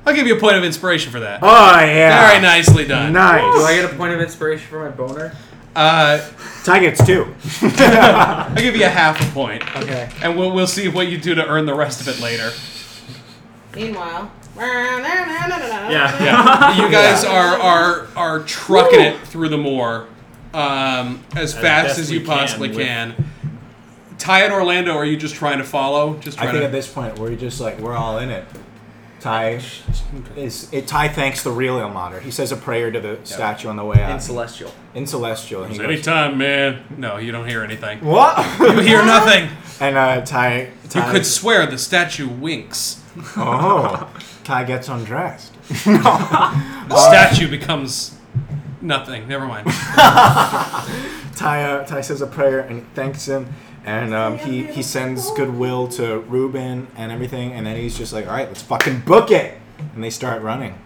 S5: I'll give you a point of inspiration for that.
S3: oh, yeah.
S5: Very nicely done.
S4: Do I
S3: Nice.
S4: get a point of inspiration for my boner?
S5: Uh,
S3: Ty gets two.
S5: I'll give you a half a point.
S4: Okay.
S5: And we'll, we'll see what you do to earn the rest of it later.
S6: Meanwhile.
S2: Yeah.
S5: Yeah. you guys are are are trucking it through the moor um, as, fast
S2: best
S5: as
S2: we
S5: you possibly
S2: can
S5: can. Ty and Orlando, are you just trying to follow? Just
S3: I
S5: trying
S3: think
S5: to.
S3: at this point we're just like we're all in it. Ty is it, Ty thanks the real Ilmater. He says a prayer to the statue on the way
S4: In
S3: out.
S4: celestial.
S3: in celestial. And he goes,
S5: Anytime, man. No, you don't hear anything.
S3: what?
S5: You hear nothing.
S3: and uh, Ty,
S5: You
S3: Ty,
S5: could swear the statue winks.
S3: oh, Ty gets undressed.
S5: The statue becomes nothing. Never mind.
S3: Ty, uh, Ty says a prayer and thanks him, and um, he he sends goodwill to Ruben and everything, and then he's just like, all right, let's fucking book it, and they start running.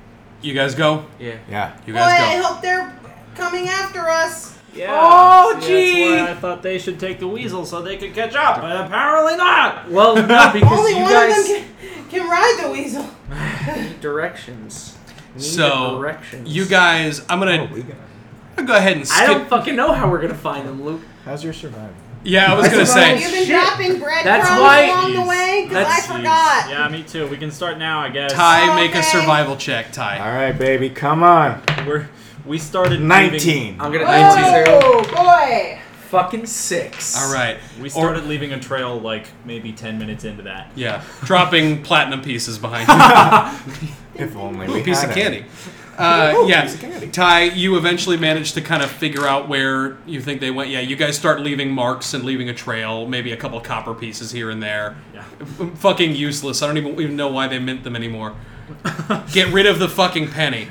S5: You guys go.
S4: Yeah.
S3: Yeah.
S5: You
S6: Boy, I
S5: guys go.
S6: hope they're coming after us.
S2: Yeah.
S4: Oh,
S2: see,
S4: gee.
S2: That's why I thought they should take the weasel so they could catch up, but apparently not.
S4: Well, no, because
S6: Only
S4: you
S6: one
S4: guys
S6: of them can, can ride the weasel.
S4: need directions. Need
S5: So
S4: directions.
S5: you guys, I'm gonna,
S3: we gonna,
S5: I'm gonna go ahead and skip.
S4: I don't fucking know how we're gonna find them, Luke.
S3: how's your survival?
S5: yeah, I was gonna
S6: You've
S5: say.
S6: been dropping breadcrumbs
S4: That's why-
S6: along the way because I
S4: That's-
S6: forgot.
S2: Yeah, me too. We can start now, I guess.
S5: Ty, make
S6: Okay.
S5: a survival check. Ty.
S3: All right, baby, come on.
S2: We're, we started Leaving,
S3: 19.
S4: I'm gonna zero.
S6: Whoa, boy!
S4: Fucking six.
S5: All right.
S2: we
S5: Or-
S2: started leaving a trail like maybe ten minutes into that.
S5: yeah, dropping platinum pieces behind you.
S3: If only
S5: Ooh,
S3: we
S5: piece
S3: had
S5: of
S3: it.
S5: candy. Uh,
S3: Ooh,
S5: yeah,
S3: piece of candy.
S5: Ty, you eventually managed to kind of figure out where you think they went. Yeah, you guys start leaving marks and leaving a trail, maybe a couple copper pieces here and there.
S2: Yeah.
S5: F- fucking useless. I don't even, even know why they mint them anymore. Get rid of the fucking penny.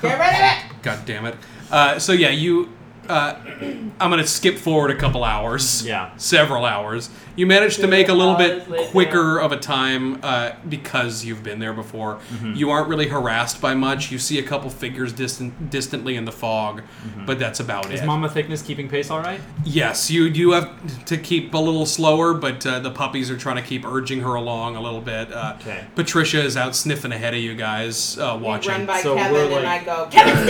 S6: Get rid of it.
S5: God damn it. Uh, so yeah, you. Uh, I'm gonna skip forward a couple hours.
S2: Yeah.
S5: Several hours. You managed to make a little bit
S4: hours later.
S5: quicker of a time uh, because you've been there before.
S2: Mm-hmm.
S5: You aren't really harassed by much. You see a couple figures distant, distantly in the fog, but that's about
S2: Mm-hmm. Is
S5: it.
S2: Mama Thickness keeping pace all right?
S5: yes, you do have to keep a little slower, but uh, the puppies are trying to keep urging her along a little bit. Uh,
S2: Okay.
S5: Patricia is out sniffing ahead of you guys, uh, watching.
S6: Run by
S2: So we're
S6: Kevin and I
S2: like-
S6: go, Kevin,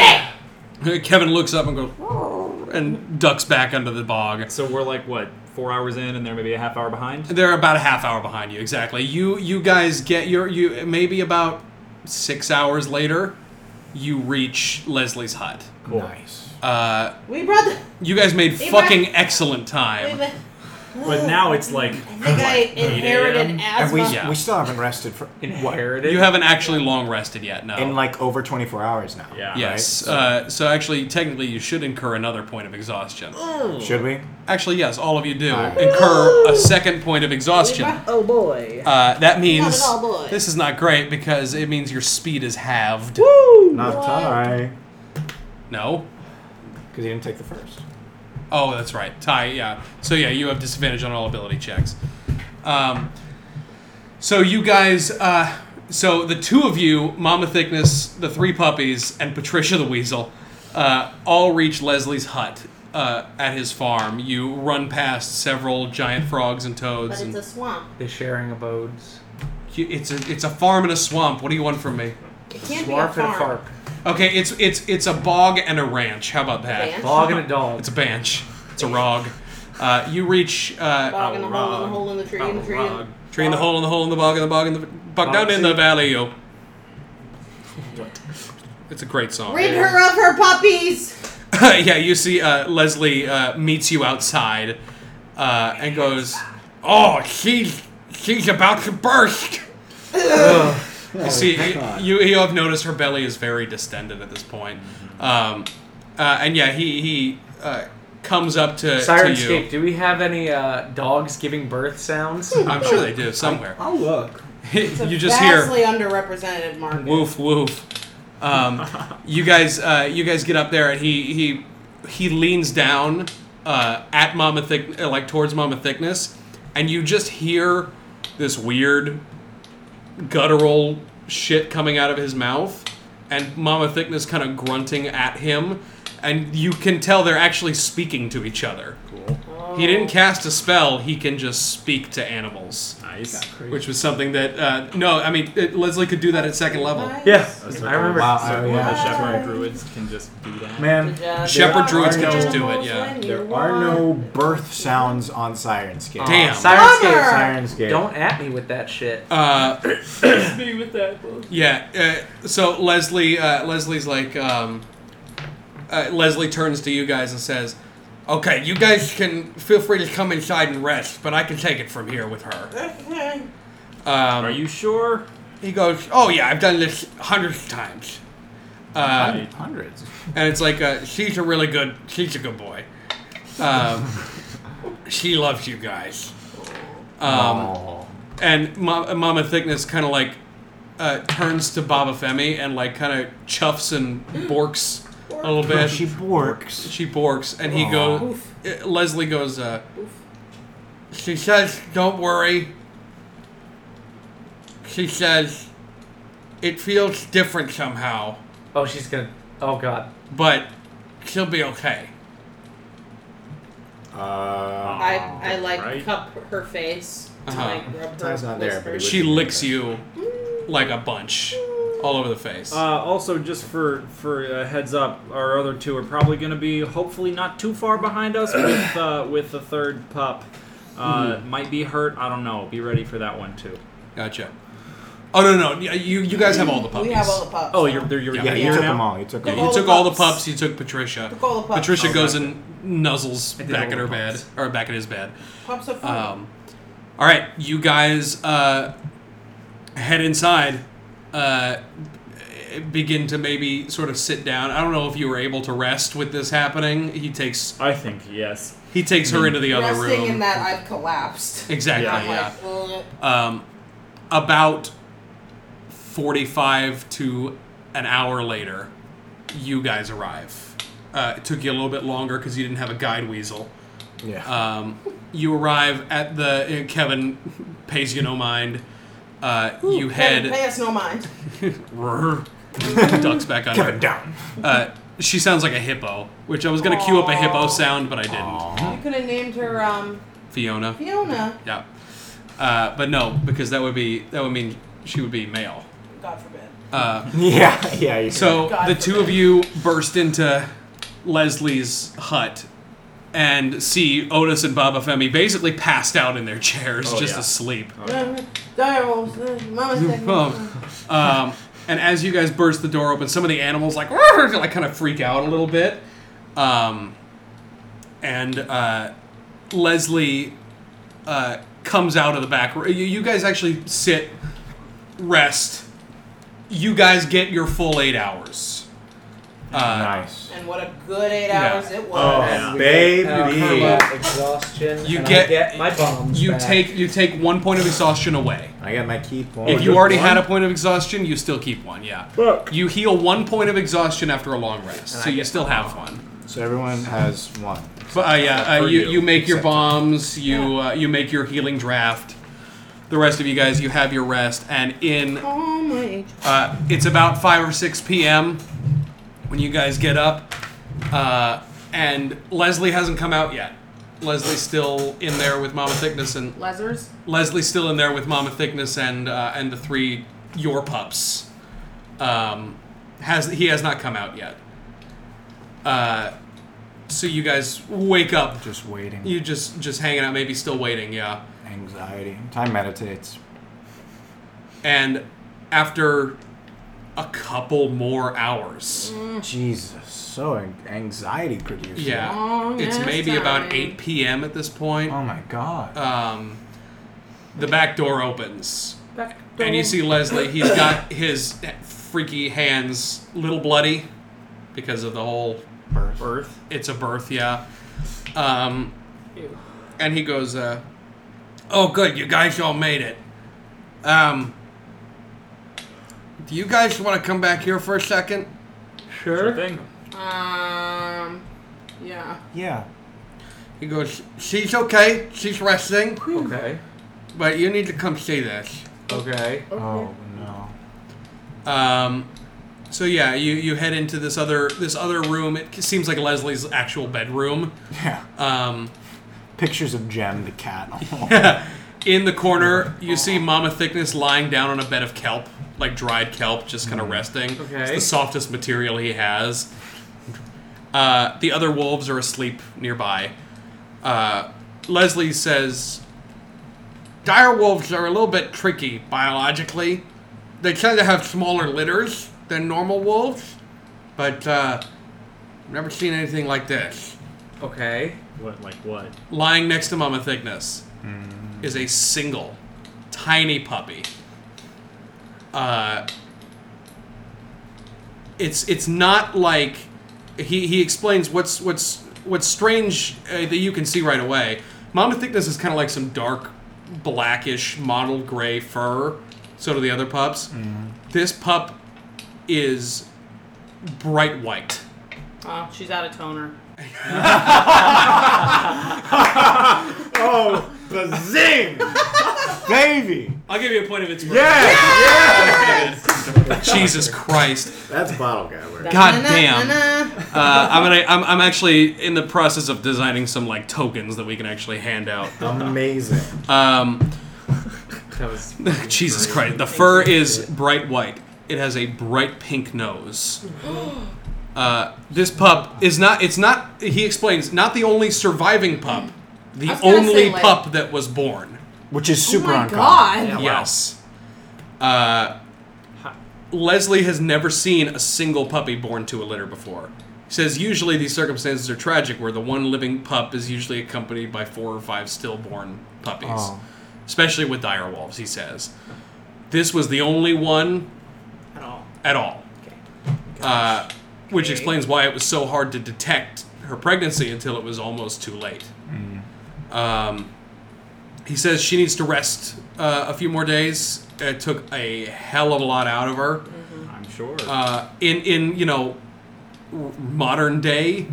S6: stay!
S5: Kevin looks up and goes and ducks back under the bog.
S2: So we're like what four hours in, and they're maybe a half hour behind.
S5: They're about a half hour behind you, exactly. You you guys get your you maybe about six hours later, you reach Leslie's hut.
S3: Nice.
S5: Uh,
S6: We brought the.
S5: you guys made
S6: They
S5: fucking excellent time.
S6: We, brought-
S2: But now Oh, it's like
S6: I think I inherited
S2: a.m.
S6: asthma.
S3: And we,
S5: Yeah.
S3: we still haven't rested for what?
S4: Inherited.
S5: you haven't actually long rested yet, no.
S3: In like over 24 hours now.
S2: Yeah.
S5: yes. Uh, so actually, technically, you should incur another point of exhaustion.
S6: oh,
S3: Should we?
S5: Actually, yes, all of you do
S3: Alright.
S5: incur a second point of exhaustion.
S6: oh boy.
S5: Uh, that means
S6: all, boy.
S5: this is not great because it means your speed is halved.
S3: Not
S6: What?
S3: Ty.
S5: No.
S3: Because he didn't take the first.
S5: Oh, that's right. Ty, yeah. So, yeah, you have disadvantage on all ability checks. Um, so, you guys, uh, so the two of you, Mama Thickness, the three puppies, and Patricia the Weasel, uh, all reach Leslie's hut uh, at his farm. You run past several giant frogs and toads.
S6: But
S5: and
S6: it's a swamp.
S4: The sharing abodes.
S5: You- it's, a, it's a farm and a swamp. What do you want from me?
S6: It can't
S4: Swarf
S6: be a
S4: and a
S6: farm.
S4: farp.
S5: Okay, it's it's it's a bog and a ranch. How about that?
S6: Ranch?
S4: Dog and a dog.
S5: It's a bench. It's a rog. Uh, you reach uh,
S6: Bog in the hole, in the
S2: Rog.
S6: hole, in the tree, in the tree.
S2: Rog.
S6: in-
S5: Tree in the hole, in the hole, in the bog, in the bog, in the bog, down in the valley, yo. It's a great song.
S6: Rid her of her puppies!
S5: yeah, you see uh, Leslie uh, meets you outside uh, and goes, "Oh, she's she's about to burst."
S7: Oh,
S5: you see, you you have noticed her belly is very distended at this point, um, uh, and yeah, he he uh, comes up to, to you.
S4: Sirenscape, do we have any uh, dogs giving birth sounds?
S5: I'm sure they do somewhere.
S7: I'll look.
S6: It's a
S5: you just hear
S6: vastly underrepresented market.
S5: woof woof. Um, you guys, uh, you guys get up there, and he he he leans down uh, at Mama Thick, uh, like towards Mama Thickness, and you just hear this weird guttural shit coming out of his mouth, and Mama Thickness kind of grunting at him, and you can tell they're actually speaking to each other. He didn't cast a spell; he can just speak to animals.
S2: nice.
S5: Which was something that uh, no, I mean it, Leslie could do that at second level.
S6: Nice.
S2: That's
S4: I remember-
S3: Wow,
S2: So
S3: oh,
S2: one of the
S3: yeah.
S2: shepherd druids can just do that.
S3: Man,
S5: Shepherd
S3: There
S5: druids
S3: are
S5: can just
S3: no-
S5: do it, yeah.
S3: there are no birth sounds on Sirenscape.
S5: Damn.
S4: Sirenscape,
S6: Bummer!
S3: Sirenscape.
S4: don't at me with that shit.
S5: Uh,
S2: Me with that. Book.
S5: yeah. Uh, so Leslie, uh, Leslie's like, um, uh, Leslie turns to you guys and says, "Okay, you guys can feel free to come inside and rest, but I can take it from here with her."
S6: Okay.
S5: Um,
S2: Are you sure?
S5: He goes, "Oh yeah, I've done this hundreds of times." Uh,
S2: Right.
S3: Hundreds.
S5: and it's like uh, she's a really good she's a good boy um, she loves you guys um,
S3: Aw.
S5: and Ma- mama thickness kind of like uh, turns to baba femi and like kind of chuffs and borks a little bit
S3: she borks.
S5: she borks and he
S3: Aw.
S5: goes leslie goes uh, she says don't worry she says it feels different somehow
S4: Oh, she's gonna. Oh God.
S5: but she'll be okay.
S3: Uh,
S6: I, I like
S2: Right.
S6: cup her face. to,
S5: Uh-huh.
S6: Like, rub her
S3: Time's not there, but it
S6: whispers.
S5: She licks you like a bunch all over the face.
S2: Uh, also, just for for a heads up, our other two are probably going to be hopefully not too far behind us with uh, with the third pup. Uh,
S3: Hmm.
S2: Might be hurt. I don't know. Be ready for that one too.
S5: gotcha. Oh no no, no, y- you you guys have all the puppies.
S6: We have all the pups.
S2: Oh, you're they're- you're,
S5: Yeah,
S3: yeah,
S2: you're
S3: you
S2: here
S3: took
S2: now?
S3: them all. You took them
S6: Took
S5: you
S3: all.
S5: took all the
S6: pups.
S5: pups. You took Patricia.
S6: Took all the pups.
S5: Patricia
S2: Oh,
S5: goes
S2: gotcha.
S5: and nuzzles
S2: did
S5: back
S2: all
S5: at
S2: the
S5: her
S2: pups.
S5: bed or back at his bed.
S6: Pups are fun.
S5: Um, all right, you guys uh, head inside. Uh, begin to maybe sort of sit down. I don't know if you were able to rest with this happening. He takes
S2: I think yes.
S5: he takes her into the other
S6: Resting
S5: room.
S6: in that I've collapsed.
S5: exactly.
S2: Yeah.
S6: I'm
S5: yeah.
S6: like, "Ugh."
S5: Um, about 45 to an hour later, you guys arrive. Uh, it took you a little bit longer because you didn't have a guide weasel.
S3: Yeah.
S5: Um, you arrive at the. uh, Kevin pays you no mind. Uh, you
S6: Pay- Pay
S5: head.
S6: us no mind.
S5: Rrr, ducks back under.
S3: Kevin down.
S5: Uh, she sounds like a hippo, which I was going to cue up a hippo sound, but I didn't.
S6: You could have named her um,
S5: Fiona.
S6: Fiona.
S5: Yeah. Uh, but no, because that would be that would mean she would be male.
S6: God forbid.
S3: Yeah, yeah. You
S5: So
S6: God
S5: the two of
S6: forbid.
S5: you burst into Leslie's hut and see Otis and Baba Femi basically passed out in their chairs,
S2: Oh,
S5: just
S2: yeah.
S5: asleep.
S6: Dials, Mama said.
S5: Oh. Um, and as you guys burst the door open, some of the animals like "Rrrr," like kind of freak out a little bit. Um, and uh, Leslie uh, comes out of the back. You, you guys actually sit, rest. You guys get your full eight hours.
S3: nice.
S6: And what a good eight
S5: Yeah.
S6: hours it was.
S2: yeah.
S3: Baby.
S4: Oh,
S5: Oh,
S4: exhaustion.
S5: You
S4: and
S5: get-
S4: I get my bombs.
S5: You
S4: back.
S5: take you take one point of exhaustion away.
S3: I got my key point.
S5: If you already had a point of exhaustion, you still keep one. Yeah. You heal one point of exhaustion after a long rest, so you still have one.
S3: So everyone has one.
S5: But uh, yeah, uh,
S2: for
S5: you
S2: you.
S5: you make your
S3: Accepted.
S5: bombs. You uh, you make your healing draft. The rest of you guys, you have your rest, and in
S6: Oh my age.
S5: uh, it's about 5 or 6 p.m. when you guys get up. Uh, and Leslie hasn't come out yet. Leslie's still in there with Mama Thickness and
S6: Lesers.
S5: Leslie's still in there with Mama Thickness and uh, and the three your pups. Um, has he has not come out yet. Uh, so you guys wake up.
S3: Just waiting.
S5: You just just hanging out, maybe still waiting. Yeah.
S3: Anxiety. Time meditates.
S5: And after a couple more hours,
S6: Mm-hmm.
S3: Jesus. So an- anxiety producing.
S5: yeah,
S6: Long
S5: it's
S6: ass
S5: maybe about
S6: time.
S5: 8 p.m. at this point.
S3: Oh my god.
S5: Um, the back door opens.
S6: Back
S5: And you see Leslie, he's got his freaky hands little bloody because of the whole
S3: Birth.
S2: Earth.
S5: it's a birth, yeah. Um, and he goes, uh, "Oh, good, you guys all made it. Um, do you guys want to come back here for a second?
S2: Sure thing.
S6: Um. Yeah.
S3: Yeah.
S5: He goes, "She's okay, she's resting,
S4: Okay.
S5: but you need to come see this."
S4: Okay.
S3: Oh no.
S5: Um, so yeah, you, you head into this other this other room. It seems like Leslie's actual bedroom.
S3: Yeah.
S5: Um,
S3: Pictures of Jem the cat.
S5: in the corner, you see Mama Thickness lying down on a bed of kelp, like dried kelp, just kind of resting. It's
S4: Okay.
S5: the softest material he has. Uh, the other wolves are asleep nearby. Uh, Leslie says, Dire wolves are a little bit tricky biologically. They tend to have smaller litters than normal wolves, but uh, never seen anything like this.
S4: Okay.
S2: What like what?
S5: Lying next to Mama Thickness is a single, tiny puppy. Uh, it's it's not like he, he explains what's what's what's strange uh, that you can see right away. Mama Thickness is kind of like some dark, blackish, mottled gray fur. So do the other pups. This pup is bright white.
S6: Oh, she's out of toner.
S3: oh, the zing! baby.
S5: I'll give you a point of inspiration.
S3: Yeah.
S5: Jesus Christ.
S8: That's bottle guy work.
S5: God
S6: Na-na,
S5: damn.
S6: na-na.
S5: Uh, I'm gonna. I'm, I'm actually in the process of designing some like tokens that we can actually hand out.
S8: Amazing.
S5: Um,
S4: That was
S5: Jesus Christ. The fur is bright white. It has a bright pink nose. Uh, this pup is not. It's not. He explains. Not the only surviving pup. The
S9: Mm. was gonna
S5: only
S9: say, like-
S5: pup that was born.
S3: Which is super
S9: oh my
S3: uncommon.
S9: god.
S2: wow.
S5: Yes. Uh, Leslie has never seen a single puppy born to a litter before. He says usually these circumstances are tragic, where the one living pup is usually accompanied by four or five stillborn puppies,
S3: Oh.
S5: especially with dire wolves. He says this was the only one
S6: At all.
S5: at all, uh, which explains why it was so hard to detect her pregnancy until it was almost too late. Um, he says she needs to rest uh, a few more days. It took a hell of a lot out of her.
S2: I'm sure.
S5: Uh, in in you know r- modern day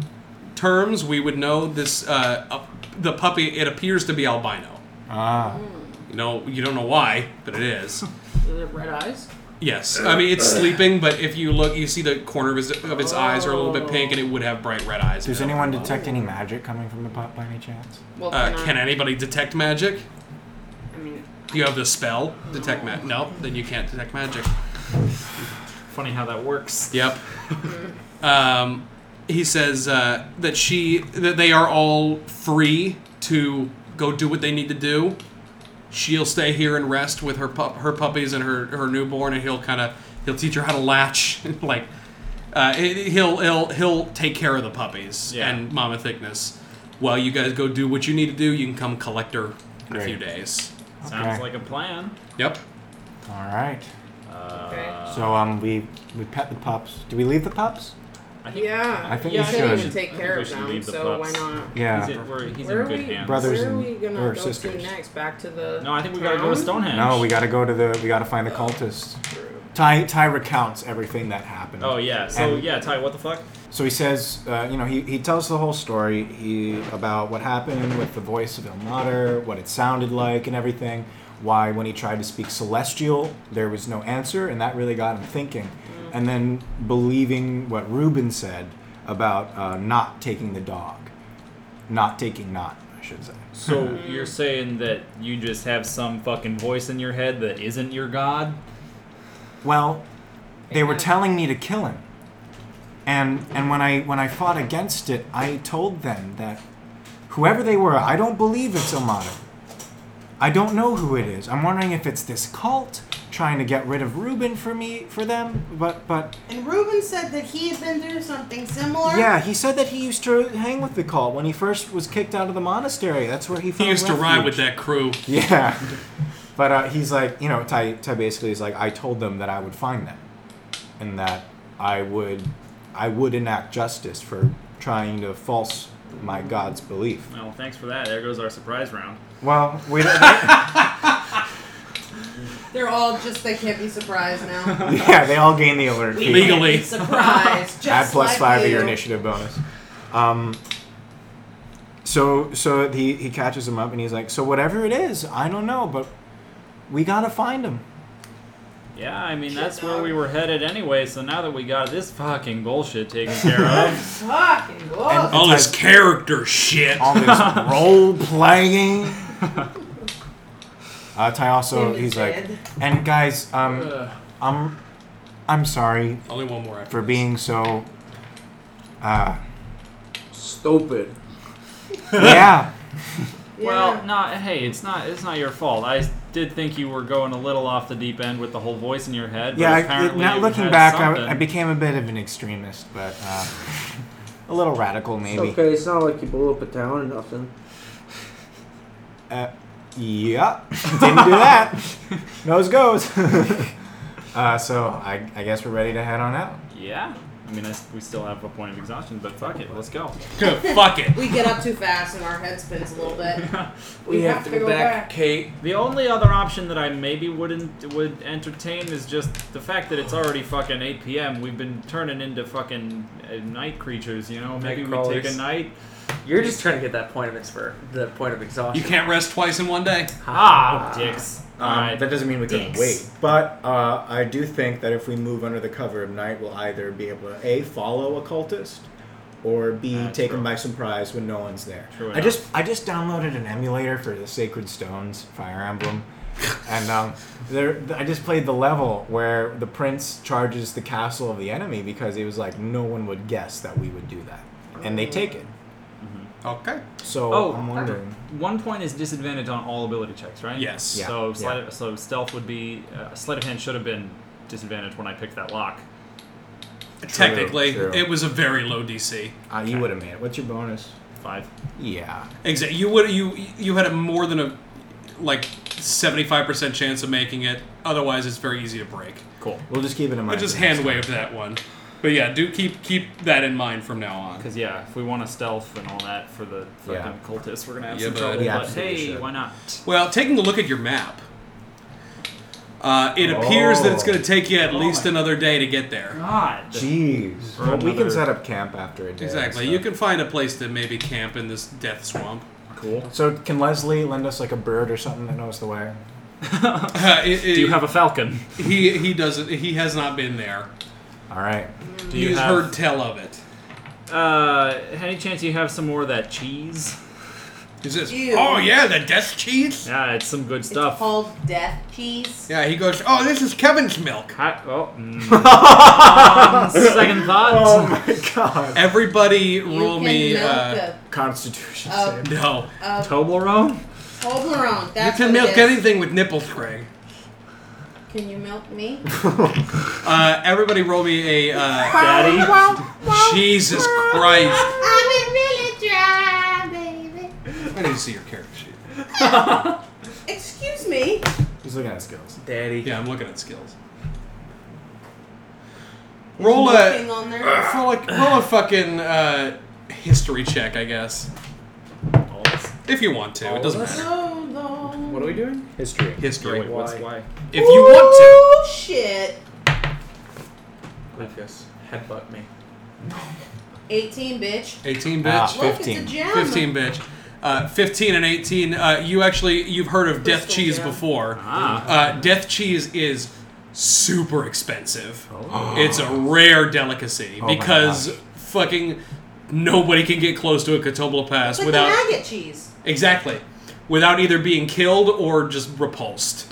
S5: terms, we would know this. Uh, up- the puppy it appears to be albino.
S3: Ah.
S5: You know you don't know why, but it is.
S9: Does it have red eyes?
S5: Yes, I mean it's sleeping, but if you look, you see the corner of, his, of its eyes are a little bit pink, and it would have bright red eyes.
S3: Does anyone detect any magic coming from the pup by any chance?
S9: Well,
S5: Uh,
S9: can I-
S5: can anybody detect magic?
S9: I mean,
S5: Do you have the spell detect magic? No, then you can't detect magic.
S2: Funny how that works.
S5: Yep. um, he says uh, that she that they are all free to go do what they need to do. She'll stay here and rest with her pup, her puppies and her, her newborn, and he'll kind of he'll teach her how to latch, like uh, he- he'll he'll he'll take care of the puppies
S2: Yeah.
S5: and Mama Thickness. While you guys go do what you need to do, you can come collect her in a
S3: Great.
S5: few days.
S2: Sounds like a plan.
S5: Yep.
S3: All right.
S9: okay.
S3: So
S5: Uh,
S3: um, we we pet the pups. Do we leave the pups?
S2: I think
S9: yeah.
S3: I think
S9: you
S3: we
S9: said you
S3: should.
S9: would take
S2: I think
S9: care
S2: we
S9: of
S2: should
S9: them,
S2: leave the
S9: so why
S2: pups.
S9: not?
S2: He's,
S3: Yeah.
S2: in, we're, he's
S9: Where
S2: in
S9: are
S2: good
S9: we,
S2: hands.
S3: Brothers
S9: where are
S3: and-
S9: we gonna
S3: or
S9: go
S3: sisters.
S9: to next? Back to the.
S2: No, I think we gotta go to
S9: town?
S2: Stonehenge.
S3: No, we gotta go to the. We gotta find the cultists. Ty Ty recounts everything that happened.
S2: Oh yeah. So
S3: And-
S2: yeah, Ty, what the fuck?
S3: So he says, uh, you know, he, he tells the whole story he, about what happened with the voice of Il Mater, what it sounded like, and everything. Why, when he tried to speak celestial, there was no answer, and that really got him thinking. And then believing what Ruben said about uh, not taking the dog, not taking not, I should say.
S2: So you're saying that you just have some fucking voice in your head that isn't your god?
S3: Well, they were telling me to kill him. And and when I when I fought against it, I told them that whoever they were, I don't believe it's Amada. I don't know who it is. I'm wondering if it's this cult trying to get rid of Ruben for me for them, but but
S6: And Ruben said that he had been through something similar.
S3: yeah, he said that he used to hang with the cult when he first was kicked out of the monastery. Oh, That's where he
S5: He
S3: found
S5: used to ride with
S3: refuge.
S5: that crew.
S3: Yeah. But uh, he's like, you know, Ty, Ty basically is like, I told them that I would find them, and that I would, I would enact justice for trying to false my God's belief.
S2: Well, thanks for that. There goes our surprise round.
S3: Well, we don't,
S6: They're all just they can't be surprised now.
S3: yeah, they all gain the alert. fee.
S5: Legal. Legally.
S6: surprised. Just
S3: Add plus
S6: like
S3: five to your
S6: you.
S3: initiative bonus. Um. So so he he catches him up and he's like, so whatever it is, I don't know, but we gotta find him.
S2: Yeah, I mean that's where we were headed anyway. So now that we got this fucking bullshit taken care of,
S6: Fucking wolf.
S5: All this character shit.
S3: all this role playing. Uh, Ty also,
S6: Tim is
S3: he's like,
S6: dead.
S3: and guys, um,
S2: uh,
S3: I'm, I'm sorry
S5: Only one more after
S3: for being so. Uh,
S8: Stupid.
S3: yeah,
S6: Yeah.
S2: well, not hey, it's not it's not your fault. I did think you were going a little off the deep end with the whole voice in your head. But
S3: yeah. I, it-
S2: apparently
S3: now
S2: you
S3: looking
S2: had
S3: back,
S2: something.
S3: I, I became a bit of an extremist, but uh, a little radical maybe.
S8: Okay, it's not like you blew up a town or nothing.
S3: Uh, yeah, didn't do that. Nose goes. uh, so I, I guess we're ready to head on out.
S2: yeah. I mean, I s we still have a point of exhaustion, but fuck it, let's go.
S5: Fuck it.
S6: we get up too fast and our head spins a little bit.
S8: We, have, to go back, Kate.
S2: The only other option that I maybe wouldn't would entertain is just the fact that it's already fucking 8 p.m. We've been turning into fucking uh, night creatures, you know. Maybe we take
S4: crawlers.
S2: a night.
S4: You're just trying to get that point of expert, the point of
S5: You
S4: exhaustion.
S5: can't rest twice in one day.
S2: Ah, dicks.
S3: Um,
S2: Alright.
S3: That doesn't mean we couldn't
S6: Dicks.
S3: wait, but uh, I do think that if we move under the cover of night, we'll either be able to a follow a cultist, or b
S2: That's
S3: taken
S2: true.
S3: by surprise when no one's there.
S2: True
S3: I
S2: enough.
S3: just I just downloaded an emulator for the Sacred Stones Fire Emblem, and um, there I just played the level where the prince charges the castle of the enemy because he was like no one would guess that we would do that, and they take it.
S5: Okay.
S3: So
S2: Oh,
S3: I'm wondering.
S2: One point is disadvantage on all ability checks, right?
S5: Yes.
S3: Yeah,
S2: So sleight
S3: yeah.
S2: of, so stealth would be uh, sleight of hand should have been disadvantage when I picked that lock.
S5: Technically,
S3: true.
S5: it was a very low DC.
S3: Uh, you would have made it. What's your bonus?
S2: Five.
S3: Yeah.
S5: Exactly. You would you you had a more than a like seventy five percent chance of making it. Otherwise, it's very easy to break.
S2: Cool.
S3: We'll just keep it in
S5: I
S3: mind.
S5: just
S3: for next
S5: hand waved that one. But yeah, do keep keep that in mind from now on.
S2: Because yeah, if we want to stealth and all that for the fucking
S3: Yeah.
S2: cultists, we're gonna have
S5: Yeah,
S2: some
S5: bud.
S2: trouble.
S5: We
S2: But
S3: absolutely
S2: hey,
S3: should.
S2: why not?
S5: Well, taking a look at your map, uh, it appears that it's
S3: Oh.
S5: going to take you at least another day to get there.
S2: God.
S3: Jeez.
S2: Or
S3: Well, we can
S2: another-
S3: set up camp after a day.
S5: Exactly.
S3: so-
S5: You can find a place to maybe camp in this death swamp.
S2: Cool.
S3: So can Leslie lend us like a bird or something that knows the way?
S5: Uh, it-
S2: Do you
S5: it-
S2: have a falcon?
S5: he he doesn't he has not been there.
S3: All right.
S2: Do you
S5: He's
S2: have
S5: heard tell of it.
S2: uh, any chance you have some more of that cheese?
S5: He says,
S6: Ew.
S5: "Oh yeah, the death cheese."
S2: Yeah, it's some good
S6: It's
S2: stuff.
S6: called death cheese.
S5: Yeah, he goes, "Oh, this is Kevin's milk."
S2: Hi- oh, mm. On second thought.
S3: my God.
S5: Everybody,
S6: You
S5: roll
S6: can
S5: me.
S6: milk
S5: Uh,
S6: a
S3: Constitution
S6: Uh,
S3: save.
S5: no,
S2: Toblerone.
S6: Toblerone. That's
S5: you can
S6: what
S5: milk
S6: it is.
S5: anything with nipples, Greg.
S6: Can you milk me?
S5: Uh, everybody, roll me a. Uh,
S2: Daddy.
S5: Jesus Christ!
S6: I'm really dry, baby.
S5: I need to see your character sheet.
S6: Excuse me.
S3: He's looking at skills.
S8: Daddy.
S5: Yeah, I'm looking at skills. Roll a
S6: Milking on there.
S5: roll a, roll a fucking uh, history check, I guess, if you want to. It doesn't matter.
S6: Oh, no.
S8: What are we doing?
S3: History.
S5: History,
S2: Wait, what's why?
S5: if you want
S6: Oh shit.
S8: Grievous, headbutt me.
S6: 18, bitch.
S5: to. 18,
S3: Ah.
S5: bitch.
S6: Look,
S3: 15.
S6: it's a gem.
S5: 15, bitch. Uh, 15 and 18. Uh, you actually you've heard of death
S6: Crystal
S5: cheese
S6: gem.
S5: before.
S2: Ah.
S5: Uh, death cheese is super expensive. It's a rare delicacy
S3: my
S5: because
S3: gosh.
S5: fucking nobody can get close to a Catobla Pass
S6: It's like
S5: without
S6: the maggot cheese.
S5: Exactly. Without either being killed or just repulsed.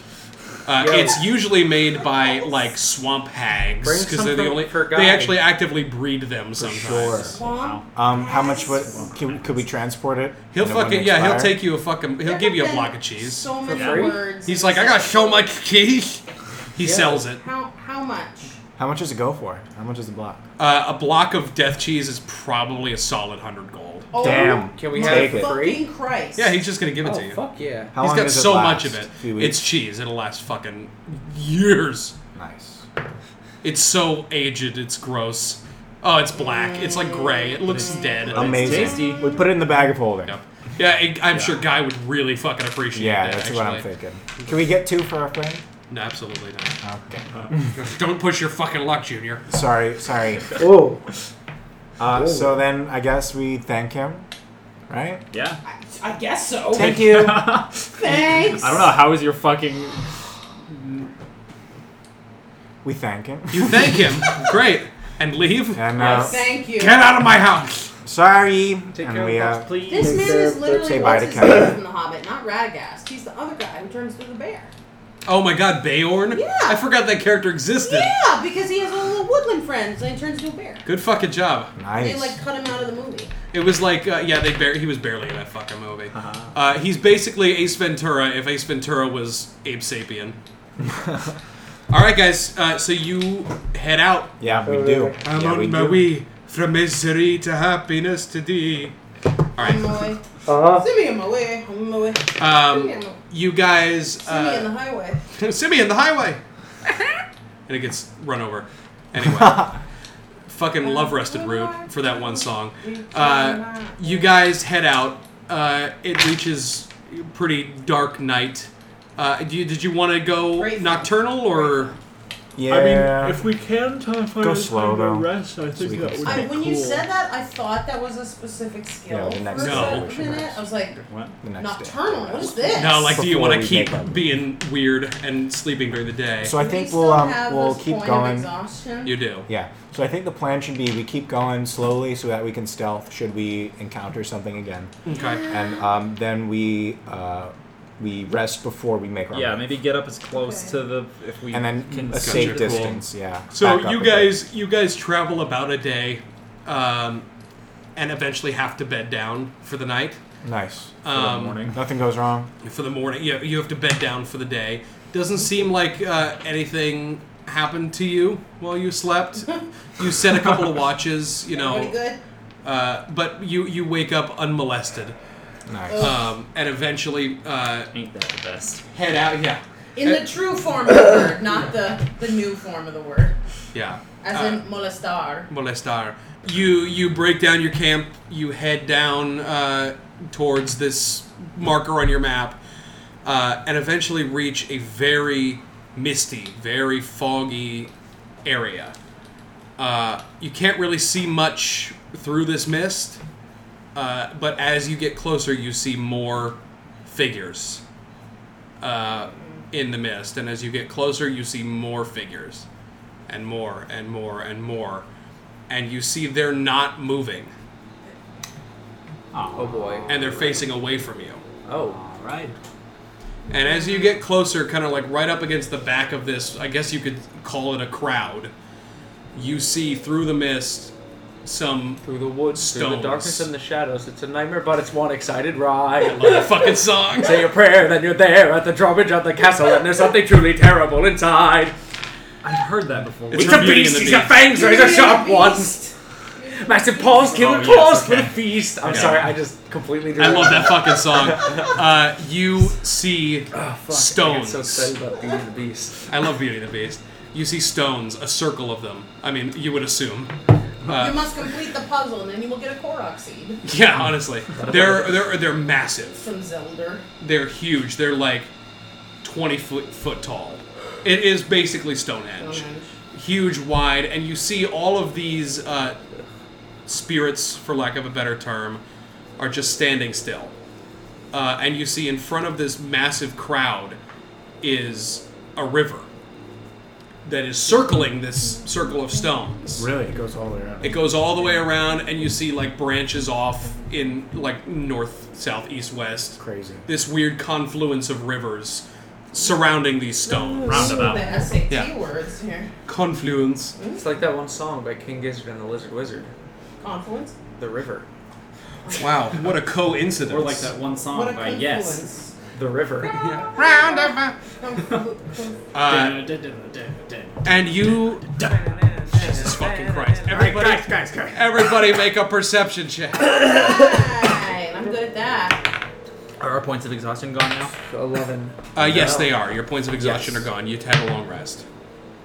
S5: Uh, it's usually made by like swamp
S8: Bring
S5: hags because
S8: some
S5: they're the
S8: for-
S5: only
S8: for
S5: they
S8: Guy.
S5: actually actively breed them sometimes.
S3: Sure.
S6: Mom?
S3: Um, how much would can, could we transport it?
S5: He'll
S3: And it
S5: fucking
S3: wouldn't
S5: yeah, he'll
S3: expire?
S5: take you a fucking he'll
S6: There
S5: give
S6: have
S5: you a
S6: been
S5: block of cheese.
S6: So many
S2: free?
S6: words.
S5: He's like, I got so much cheese. He sells it.
S6: How, how much?
S3: How much does it go for? How much is the block?
S5: Uh, a block of death cheese is probably a solid hundred gold.
S6: Oh,
S3: Damn.
S8: Can we
S6: my
S8: have it
S6: fucking
S8: free?
S6: Christ.
S5: Yeah, he's just gonna give it
S8: Oh,
S5: to you.
S8: fuck yeah.
S3: How
S5: He's
S3: long
S5: got
S3: does it
S5: so
S3: last?
S5: much of it.
S3: A few
S5: It's
S3: weeks?
S5: cheese. It'll last fucking years.
S3: nice.
S5: It's so aged, it's gross. Oh, it's black. It's like gray. It looks dead.
S3: Amazing.
S2: tasty.
S3: We put it in the bag of holding.
S5: Yep. Yeah, it, I'm sure Guy would really fucking appreciate
S3: Yeah,
S5: that.
S3: that's
S5: actually.
S3: what I'm thinking. Can we get two for our friend?
S5: No, absolutely not.
S3: Okay.
S5: Don't push your fucking luck, Junior.
S3: Sorry, sorry.
S8: Oh,
S2: Oh.
S3: Uh, so then I guess we thank him, right?
S2: Yeah.
S6: I guess so.
S3: Thank you.
S6: Thanks.
S2: I don't know. How is your fucking?
S3: we thank him.
S5: You thank him. Great. And leave.
S3: And uh,
S6: Yes, thank you.
S5: Get out of my house.
S3: sorry.
S2: Take
S3: and
S2: care
S3: we
S2: of
S3: uh,
S2: us, please.
S6: This man is
S3: Say
S6: literally
S3: bye
S6: what's
S3: to
S6: his
S3: Kevin.
S6: name from The Hobbit, not Radagast. He's the other guy who turns into the bear.
S5: Oh my god, Bayorn?
S6: Yeah.
S5: I forgot that character existed.
S6: Yeah, because he has all little woodland friends and he turns into a bear.
S5: Good fucking job.
S6: They like
S3: nice.
S6: cut him out of the movie.
S5: It was like, uh, yeah, they bar- he was barely in that fucking movie. Uh, he's basically Ace Ventura if Ace Ventura was Abe Sapien. All right, guys. Uh, so you head out.
S3: Yeah, we
S2: Uh,
S3: do.
S5: I'm
S3: yeah, we
S5: on my
S3: do.
S5: way from misery to happiness today. All
S6: I'm
S5: right.
S6: away.
S8: uh-huh.
S6: Send me on my way. I'm on my way.
S5: Um, you guys.
S6: Send me on
S5: Uh,
S6: the highway.
S5: Simeon, the highway. and it gets run over. Anyway. fucking love Rusted Root for that one song. Uh, you guys head out. Uh, it reaches pretty dark night. Uh, do you, did you want to go
S6: Great.
S5: nocturnal or
S3: Yeah.
S2: I mean, if we can try to find
S3: Go
S2: a
S3: slow,
S2: time to
S3: though.
S2: rest, I
S3: we
S2: think
S3: can
S2: that would
S3: sleep.
S6: I,
S2: be
S6: when
S2: cool.
S6: you said that, I thought that was a specific skill.
S3: Yeah, the next
S6: for a
S5: day
S6: second
S5: we
S3: should
S6: minute.
S3: rest.
S6: I was like,
S2: what?
S3: the next day.
S6: nocturnal. What is this?
S5: No, like, do you
S3: Before
S5: want
S3: we
S5: to keep
S3: make up.
S5: being weird and sleeping during the day?
S3: So I
S6: Do
S3: think
S6: we
S3: we'll
S6: still
S3: um
S6: have
S3: we'll
S6: this
S3: keep
S6: point of
S3: going.
S6: Exhaustion?
S5: you do.
S3: Yeah. So I think the plan should be we keep going slowly so that we can stealth should we encounter something again,
S5: Okay.
S3: and um, then we uh, we rest before we make our
S2: Yeah,
S3: move.
S2: maybe get up as close to the if we
S3: and then
S2: can
S3: a
S2: see
S3: safe
S2: the-
S3: distance. Yeah.
S5: So
S3: Back up
S5: you
S3: a bit.
S5: guys, you guys travel about a day, um, and eventually have to bed down for the night.
S3: Nice.
S2: uh,
S5: Um,
S2: morning.
S3: Nothing goes wrong.
S5: for the morning. You you have to bed down for the day. Doesn't seem like uh, anything happened to you while you slept. you set a couple of watches, you
S6: Pretty
S5: know,
S6: good.
S5: uh, but you you wake up unmolested,
S3: Nice.
S5: um, and eventually uh,
S2: Ain't that the best?
S5: head out. Yeah,
S6: In the true form of the word, not the, the new form of the word.
S5: yeah.
S6: As
S5: Uh,
S6: in molestar.
S5: molestar. You you break down your camp. You head down uh, towards this marker on your map, uh, and eventually reach a very misty, very foggy area. Uh, you can't really see much through this mist, uh, but as you get closer, you see more figures uh, in the mist, and as you get closer, you see more figures, and more and more and more, and you see they're not moving,
S2: Oh,
S4: Oh boy.
S5: and they're facing away from you.
S4: Oh.
S2: all right.
S5: And as you get closer, kind of like right up against the back of this, I guess you could call it a crowd. You see through the mist some
S4: Through the woods, through
S5: Stones.
S4: the darkness and the shadows. It's a nightmare, but it's one excited ride.
S5: love that fucking song.
S4: Say a prayer, then you're there at the drawbridge of the castle, and there's something truly terrible inside.
S2: I've heard that before.
S5: It's
S4: He's
S5: from
S4: a
S5: Beauty and
S4: beast,
S5: the
S4: he's a
S5: Beast.
S4: fangs, he's a sharp one. Massive paws,
S2: Oh,
S4: killer
S2: yes,
S4: claws
S2: okay.
S4: for the feast. I'm
S5: Yeah.
S4: sorry, I just completely
S5: I love that fucking song. Uh, you see
S4: Ah,
S5: stones.
S4: so excited about Beauty and the Beast.
S5: I love Beauty and the Beast. You see stones, a circle of them. I mean, you would assume. Uh.
S6: you must complete the puzzle and then you will get a Korok seed.
S5: Yeah, honestly, they're they're they're massive.
S6: Some Zelda.
S5: They're huge. They're like twenty foot foot tall. It is basically Stonehenge. huge, wide, and you see all of these uh, spirits, for lack of a better term, are just standing still. Uh, and you see in front of this massive crowd is a river that is circling this circle of stones.
S8: Really, it goes all the way around.
S5: It goes all the way around, and you see like branches off in like north, south, east, west.
S8: Crazy.
S5: This weird confluence of rivers surrounding these stones.
S6: The
S2: Roundabout.
S6: SAT
S5: Yeah.
S6: words here.
S5: Confluence.
S4: It's like that one song by King Gizzard and the Lizard Wizard,
S6: Confluence.
S4: The River.
S5: Wow, what a coincidence.
S2: Or like that one song
S6: What a
S2: by Yes.
S6: confluence.
S4: The River.
S5: Uh,
S2: Guys,
S5: and you. Jesus fucking Christ. Everybody,
S2: guys, guys.
S5: everybody make a perception check.
S6: Right, I'm good at that.
S2: Are our points of exhaustion gone now?
S4: 11.
S5: Uh, yes, they are. Your points of exhaustion
S4: Yes.
S5: are gone. You had a long rest.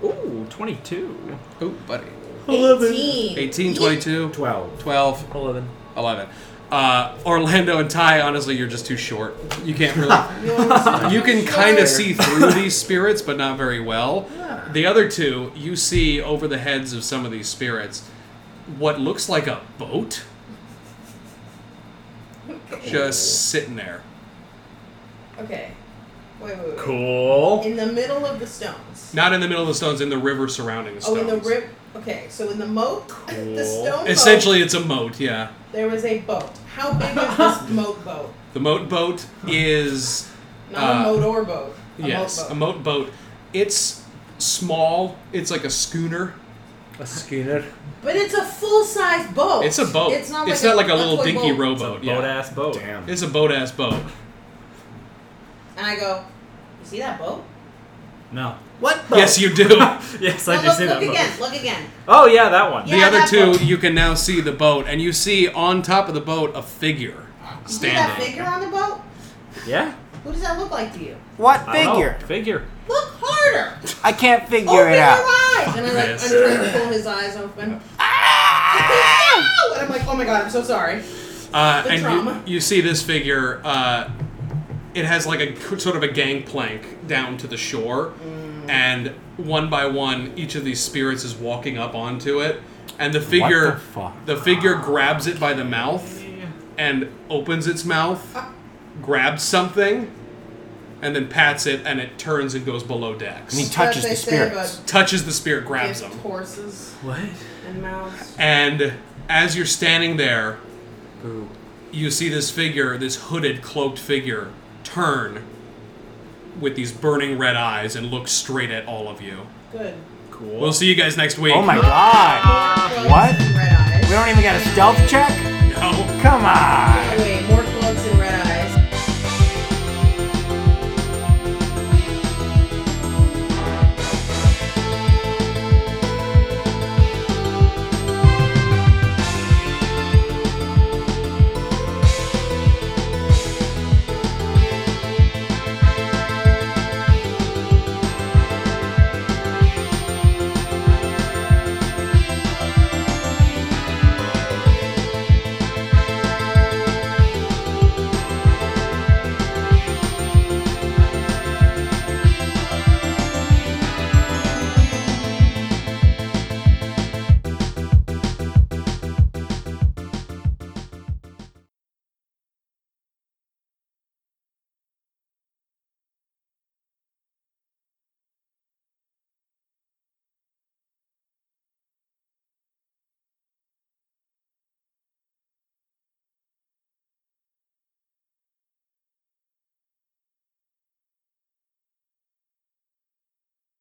S2: Ooh, 22.
S5: Oh, buddy.
S6: 18.
S5: 18, 22,
S8: 12.
S5: 12,
S4: 11.
S5: 11. Uh, Orlando and Ty, honestly, you're just too short. You can't really. you can kind of see through these spirits, but not very well. The other two, you see over the heads of some of these spirits what looks like a boat just sitting there.
S6: Okay. Wait, wait, wait.
S2: Cool.
S6: In the middle of the stones.
S5: Not in the middle of the stones, in the river surrounding the
S6: Oh,
S5: stones.
S6: in the rip. Okay, so in the moat, the stone
S5: Essentially, it's a moat, yeah.
S6: boat, there was a boat. How big is this moat boat?
S5: The moat boat is.
S6: Not
S5: Uh,
S6: a moat or boat. A
S5: yes,
S6: moat boat.
S5: a moat boat. It's small, it's like a schooner.
S4: A schooner.
S6: but it's a full size boat.
S5: It's a boat.
S6: It's not
S5: It's
S6: like,
S5: not like a,
S6: toy
S5: little dinky
S6: boat.
S5: rowboat. yeah.
S2: Boat ass boat.
S8: Damn.
S5: It's a boat ass boat.
S6: And I go, you see that boat?
S2: No.
S6: What
S5: Yes, you do. the
S2: Yes,
S6: Now
S2: I just say
S6: look, look
S2: that. boat.
S6: again. Look again.
S2: Oh yeah, that one.
S6: Yeah,
S5: other
S6: that
S5: two,
S6: boat.
S5: you can now see the boat, and you see on top of the boat a figure
S6: You see that
S5: standing.
S6: figure on the boat?
S2: Yeah.
S6: Who does that look like to you?
S3: What
S2: I don't
S3: figure?
S2: know. Figure.
S6: Look harder.
S3: I can't figure
S6: open
S3: it
S6: your
S3: out.
S6: eyes. And I like,
S5: Yes.
S6: I'm trying to pull his eyes open. Ah! and I'm like, oh my god, I'm so sorry.
S5: Uh,
S6: The
S5: and
S6: drama.
S5: you, you see this figure. Uh, it has like a sort of a gangplank down to the shore,
S6: Mm.
S5: and one by one, each of these spirits is walking up onto it, and the
S3: the
S5: figure,
S3: fuck?
S5: the figure grabs it by the mouth and opens its mouth,
S6: Uh.
S5: grabs something, and then pats it, and it turns and goes below decks.
S3: And he
S6: That's
S3: touches
S6: what
S3: the
S6: they say about
S3: spirits.
S5: touches the spirit, grabs
S6: gift
S5: them.
S6: horses
S2: What?
S6: and mouths.
S5: And as you're standing there, you see this figure, this hooded, cloaked figure, turn with these burning red eyes and look straight at all of you.
S6: Good.
S2: Cool.
S5: We'll see you guys next week.
S3: Oh my god!
S6: Clothes
S3: what?
S6: and Red eyes.
S3: We don't even got a stealth check?
S5: No.
S3: Come on!
S6: Wait.